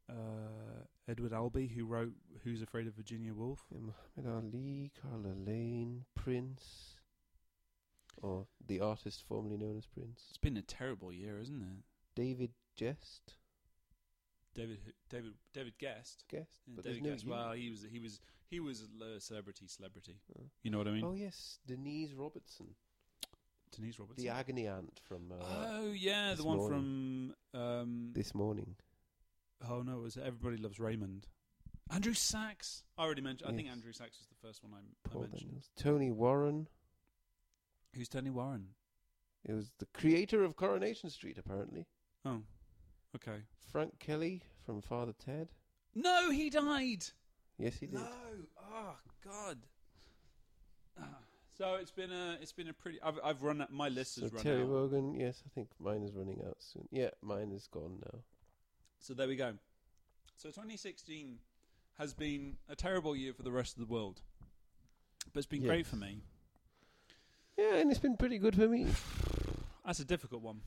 [SPEAKER 1] at? Uh, Edward Albee, who wrote "Who's Afraid of Virginia Woolf."
[SPEAKER 2] Yeah, Muhammad Ali, Carla Lane, Prince, or the artist formerly known as Prince,
[SPEAKER 1] It's been a terrible year, isn't it?
[SPEAKER 2] David Jest.
[SPEAKER 1] David, David, David Guest.
[SPEAKER 2] Guest,
[SPEAKER 1] Yeah,
[SPEAKER 2] but
[SPEAKER 1] David
[SPEAKER 2] there's
[SPEAKER 1] Guest.
[SPEAKER 2] no. U.
[SPEAKER 1] Well, he was he was he was a celebrity celebrity.
[SPEAKER 2] Oh.
[SPEAKER 1] You know what I mean?
[SPEAKER 2] oh yes, Denise Robertson,
[SPEAKER 1] Denise Roberts.
[SPEAKER 2] the agony aunt from uh,
[SPEAKER 1] oh yeah, the
[SPEAKER 2] this
[SPEAKER 1] one from um,
[SPEAKER 2] this morning.
[SPEAKER 1] oh no, it was Everybody Loves Raymond. Andrew Sachs. I already mentioned. I think
[SPEAKER 2] Yes.
[SPEAKER 1] Andrew Sachs was the first one I, I
[SPEAKER 2] Paul
[SPEAKER 1] mentioned.
[SPEAKER 2] Daniels, Tony Warren.
[SPEAKER 1] Who's Danny Warren?
[SPEAKER 2] It was the creator of Coronation Street, apparently.
[SPEAKER 1] Oh, okay.
[SPEAKER 2] Frank Kelly from Father Ted.
[SPEAKER 1] No, he died.
[SPEAKER 2] Yes, he did.
[SPEAKER 1] No. Oh God. Ah. So it's been a it's been a pretty. I've I've run out- my list
[SPEAKER 2] so
[SPEAKER 1] has run
[SPEAKER 2] Terry
[SPEAKER 1] out.
[SPEAKER 2] Wogan. Yes, I think mine is running out soon. Yeah, mine is gone now.
[SPEAKER 1] So there we go. So 2016 has been a terrible year for the rest of the world, but it's been great
[SPEAKER 2] Yes.
[SPEAKER 1] for me.
[SPEAKER 2] Yeah, and it's been pretty good for me.
[SPEAKER 1] That's a difficult one.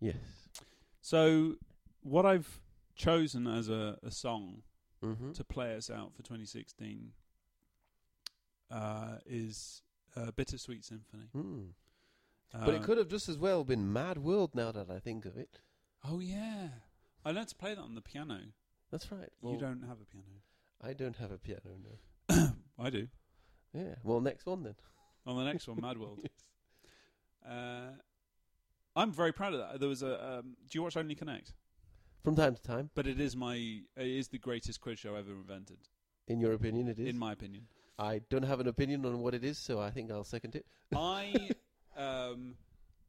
[SPEAKER 2] Yes.
[SPEAKER 1] So what I've chosen as a, a song
[SPEAKER 2] Mm-hmm.
[SPEAKER 1] to play us out for 2016 uh, is uh, "Bittersweet Symphony."
[SPEAKER 2] Mm. but it
[SPEAKER 1] Uh,
[SPEAKER 2] could have just as well been Mad World now that I think of it.
[SPEAKER 1] Oh yeah, I learned to play that on the piano.
[SPEAKER 2] That's right.
[SPEAKER 1] you
[SPEAKER 2] Well,
[SPEAKER 1] don't have a piano.
[SPEAKER 2] I don't have a piano now.
[SPEAKER 1] I do.
[SPEAKER 2] Yeah. Well, next one then.
[SPEAKER 1] On the next one, Mad World. Uh, I'm very proud of that. There was a. Um, do you watch Only Connect?
[SPEAKER 2] From time to time,
[SPEAKER 1] But it is my. It is the greatest quiz show ever invented,
[SPEAKER 2] in your opinion, it is.
[SPEAKER 1] in my opinion.
[SPEAKER 2] I don't have an opinion on what it is, so I think I'll second it.
[SPEAKER 1] I. Um,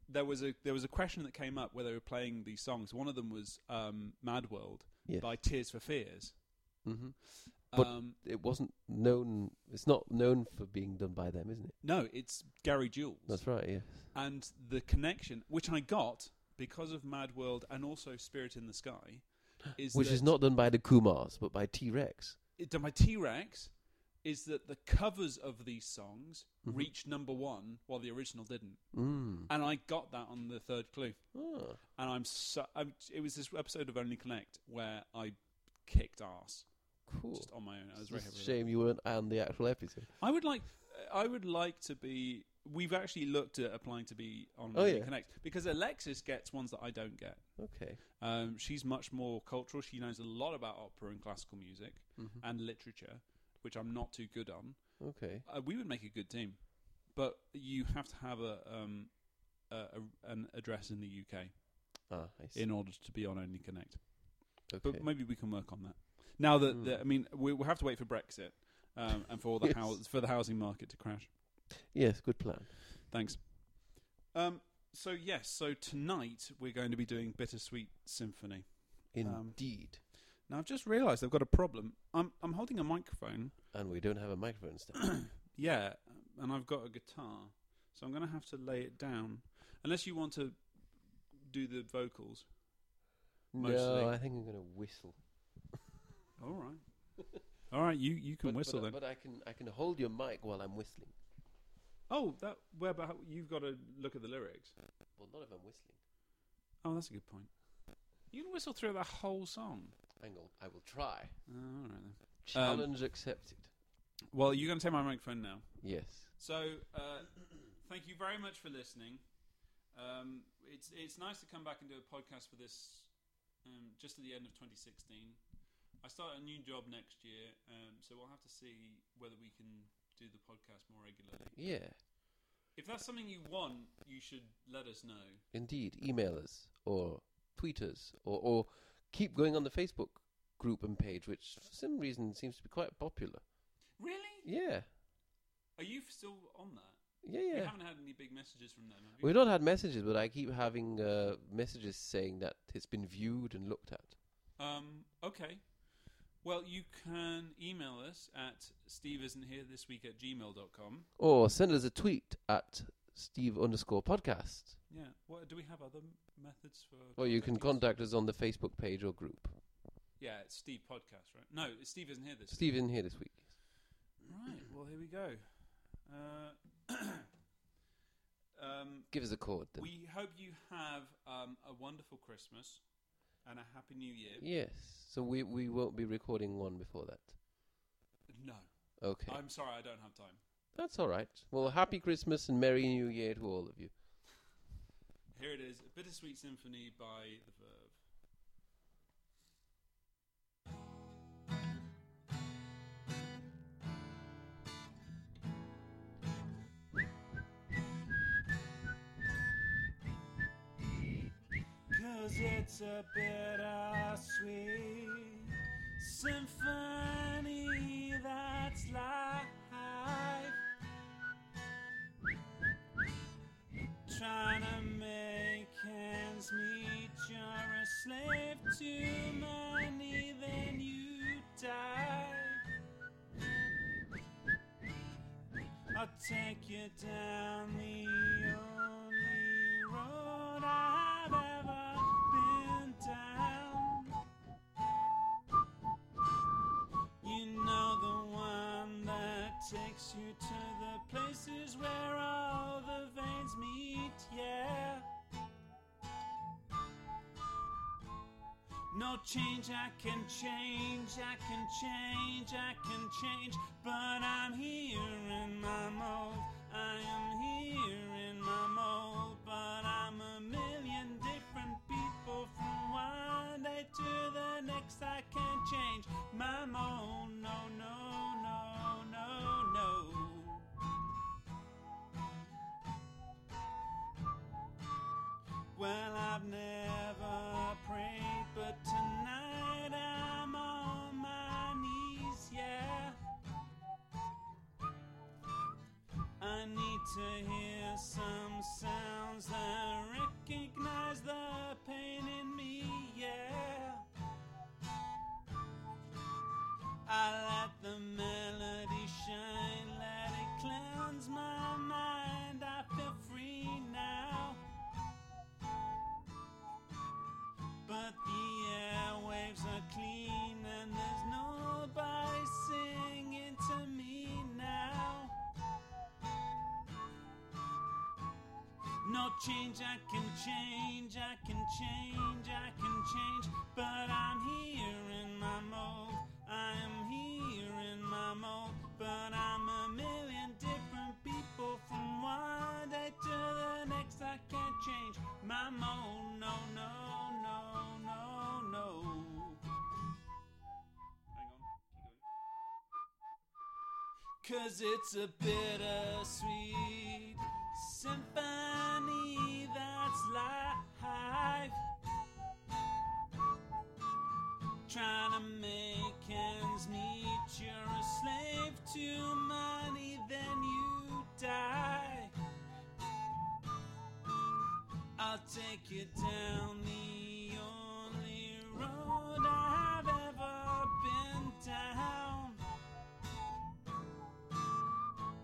[SPEAKER 1] there was a there was a question that came up where they were playing these songs. One of them was um, Mad World
[SPEAKER 2] Yes.
[SPEAKER 1] by Tears for Fears.
[SPEAKER 2] hmm But-
[SPEAKER 1] um,
[SPEAKER 2] It wasn't known. It's not known for being done by them, isn't it?
[SPEAKER 1] no, it's Gary Jules.
[SPEAKER 2] That's right. Yeah.
[SPEAKER 1] and the connection which I got because of Mad World and also Spirit in the Sky is
[SPEAKER 2] Which
[SPEAKER 1] that
[SPEAKER 2] is not done by the Kumars, but by T Rex.
[SPEAKER 1] it, done by T Rex is that the covers of these songs
[SPEAKER 2] Mhm.
[SPEAKER 1] reached number one while the original didn't,
[SPEAKER 2] Mm.
[SPEAKER 1] and I got that on the third clue.
[SPEAKER 2] Ah.
[SPEAKER 1] And I'm so I'm, it was this episode of Only Connect where I kicked ass
[SPEAKER 2] Cool.
[SPEAKER 1] just on my own. I was
[SPEAKER 2] It's
[SPEAKER 1] very happy.
[SPEAKER 2] just a
[SPEAKER 1] with that.
[SPEAKER 2] shame you weren't on the actual episode.
[SPEAKER 1] I would like I would like to be. We've actually looked at applying to be on
[SPEAKER 2] Oh,
[SPEAKER 1] Only
[SPEAKER 2] yeah.
[SPEAKER 1] Connect because Alexis gets ones that I don't get.
[SPEAKER 2] Okay.
[SPEAKER 1] Um, she's much more cultural. She knows a lot about opera and classical music and literature, which I'm not too good on.
[SPEAKER 2] Mm-hmm. Okay.
[SPEAKER 1] Uh, we would make a good team, but you have to have a, um, a, a an address in the UK
[SPEAKER 2] Ah, I see.
[SPEAKER 1] in order to be on Only Connect.
[SPEAKER 2] okay.
[SPEAKER 1] But maybe we can work on that. Now that
[SPEAKER 2] Hmm.
[SPEAKER 1] the, I mean, we, we'll have to wait for Brexit um, and for all the
[SPEAKER 2] Yes.
[SPEAKER 1] house, for the housing market to crash.
[SPEAKER 2] yes, good plan.
[SPEAKER 1] Thanks. Um, so yes, so tonight we're going to be doing Bittersweet Symphony. Um,
[SPEAKER 2] Indeed.
[SPEAKER 1] Now I've just realised I've got a problem. I'm I'm holding a microphone,
[SPEAKER 2] and we don't have a microphone stand.
[SPEAKER 1] yeah, and I've got a guitar, so I'm going to have to lay it down. Unless you want to do the vocals. Mostly.
[SPEAKER 2] No, I think I'm going to whistle.
[SPEAKER 1] All right, all right. You you can
[SPEAKER 2] but,
[SPEAKER 1] whistle
[SPEAKER 2] but,
[SPEAKER 1] then.
[SPEAKER 2] But I can I can hold your mic while I'm whistling.
[SPEAKER 1] oh, that where but how- you've got to look at the lyrics.
[SPEAKER 2] Well, not if I'm whistling.
[SPEAKER 1] Oh, that's a good point. You can whistle through the whole song.
[SPEAKER 2] Hang on, I will try.
[SPEAKER 1] Oh, all right then.
[SPEAKER 2] Challenge accepted.
[SPEAKER 1] Well, you're going to take my microphone now.
[SPEAKER 2] Yes.
[SPEAKER 1] So, uh, thank you very much for listening. Um, it's it's nice to come back and do a podcast for this um, just at the end of 2016. I start a new job next year, um, so we'll have to see whether we can do the podcast more regularly.
[SPEAKER 2] Yeah.
[SPEAKER 1] If that's something you want, you should let us know.
[SPEAKER 2] Indeed. Email us or tweet us or, or keep going on the Facebook group and page, which for some reason seems to be quite popular.
[SPEAKER 1] Really?
[SPEAKER 2] Yeah.
[SPEAKER 1] Are you still on that?
[SPEAKER 2] Yeah,
[SPEAKER 1] We
[SPEAKER 2] yeah.
[SPEAKER 1] haven't had any big messages from them. Have you?
[SPEAKER 2] We've not had messages, but I keep having uh, messages saying that it's been viewed and looked at.
[SPEAKER 1] Um, okay. Well, you can email us at steve isn't here this week at gmail.com.
[SPEAKER 2] Or send us a tweet at Steve underscore podcast.
[SPEAKER 1] Yeah. What do we have other methods for?
[SPEAKER 2] Or you can
[SPEAKER 1] contacting us?
[SPEAKER 2] contact us on the Facebook page or group.
[SPEAKER 1] Yeah, it's Steve podcast, right? No, Steve isn't here this
[SPEAKER 2] Steve isn't here this week.
[SPEAKER 1] Right. Well, here we go. Uh, um,
[SPEAKER 2] Give us a chord then.
[SPEAKER 1] we hope you have um, a wonderful Christmas and a happy New Year.
[SPEAKER 2] yes. So we we won't be recording one before that.
[SPEAKER 1] No,
[SPEAKER 2] Okay.
[SPEAKER 1] I'm sorry, I don't have time.
[SPEAKER 2] That's all right. Well, happy Christmas and merry New Year to all of you.
[SPEAKER 1] Here it is, a bittersweet symphony by the Verve. Cause it's a bittersweet symphony that's life. Trying to make ends meet, you're a slave to money, then you die. I'll take you down the only road I've ever been down. You know the one that takes you to the places where all the veins meet, yeah. No change, I can change, I can change, I can change, but I'm here in my mold. I am here in my mold, but I'm a million different people from one day to the next. I can't change my mold, no, no, no, no, no. Well, I've never prayed, but tonight I'm on my knees, yeah. I need to hear some sounds that recognize the pain in me, yeah. I let the melody shine, let it cleanse my mind. I feel free now. But the airwaves are clean and there's nobody singing to me now. No change, I can change, I can change, I can change. But I'm here in my mold, I am here in my mold. But I'm a million different people from one day to the next. I can't change my mold, no, no, no, no, no. Hang on, keep going. Cause it's a bittersweet symphony that's life. Trying to make ends meet, you're a slave to money, then you die. I'll take you down the only road I've ever been down.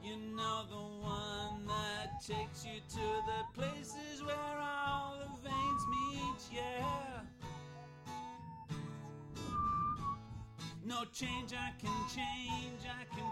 [SPEAKER 1] You know the one that takes you to the places where all the veins meet, yeah. No change, I can change, I can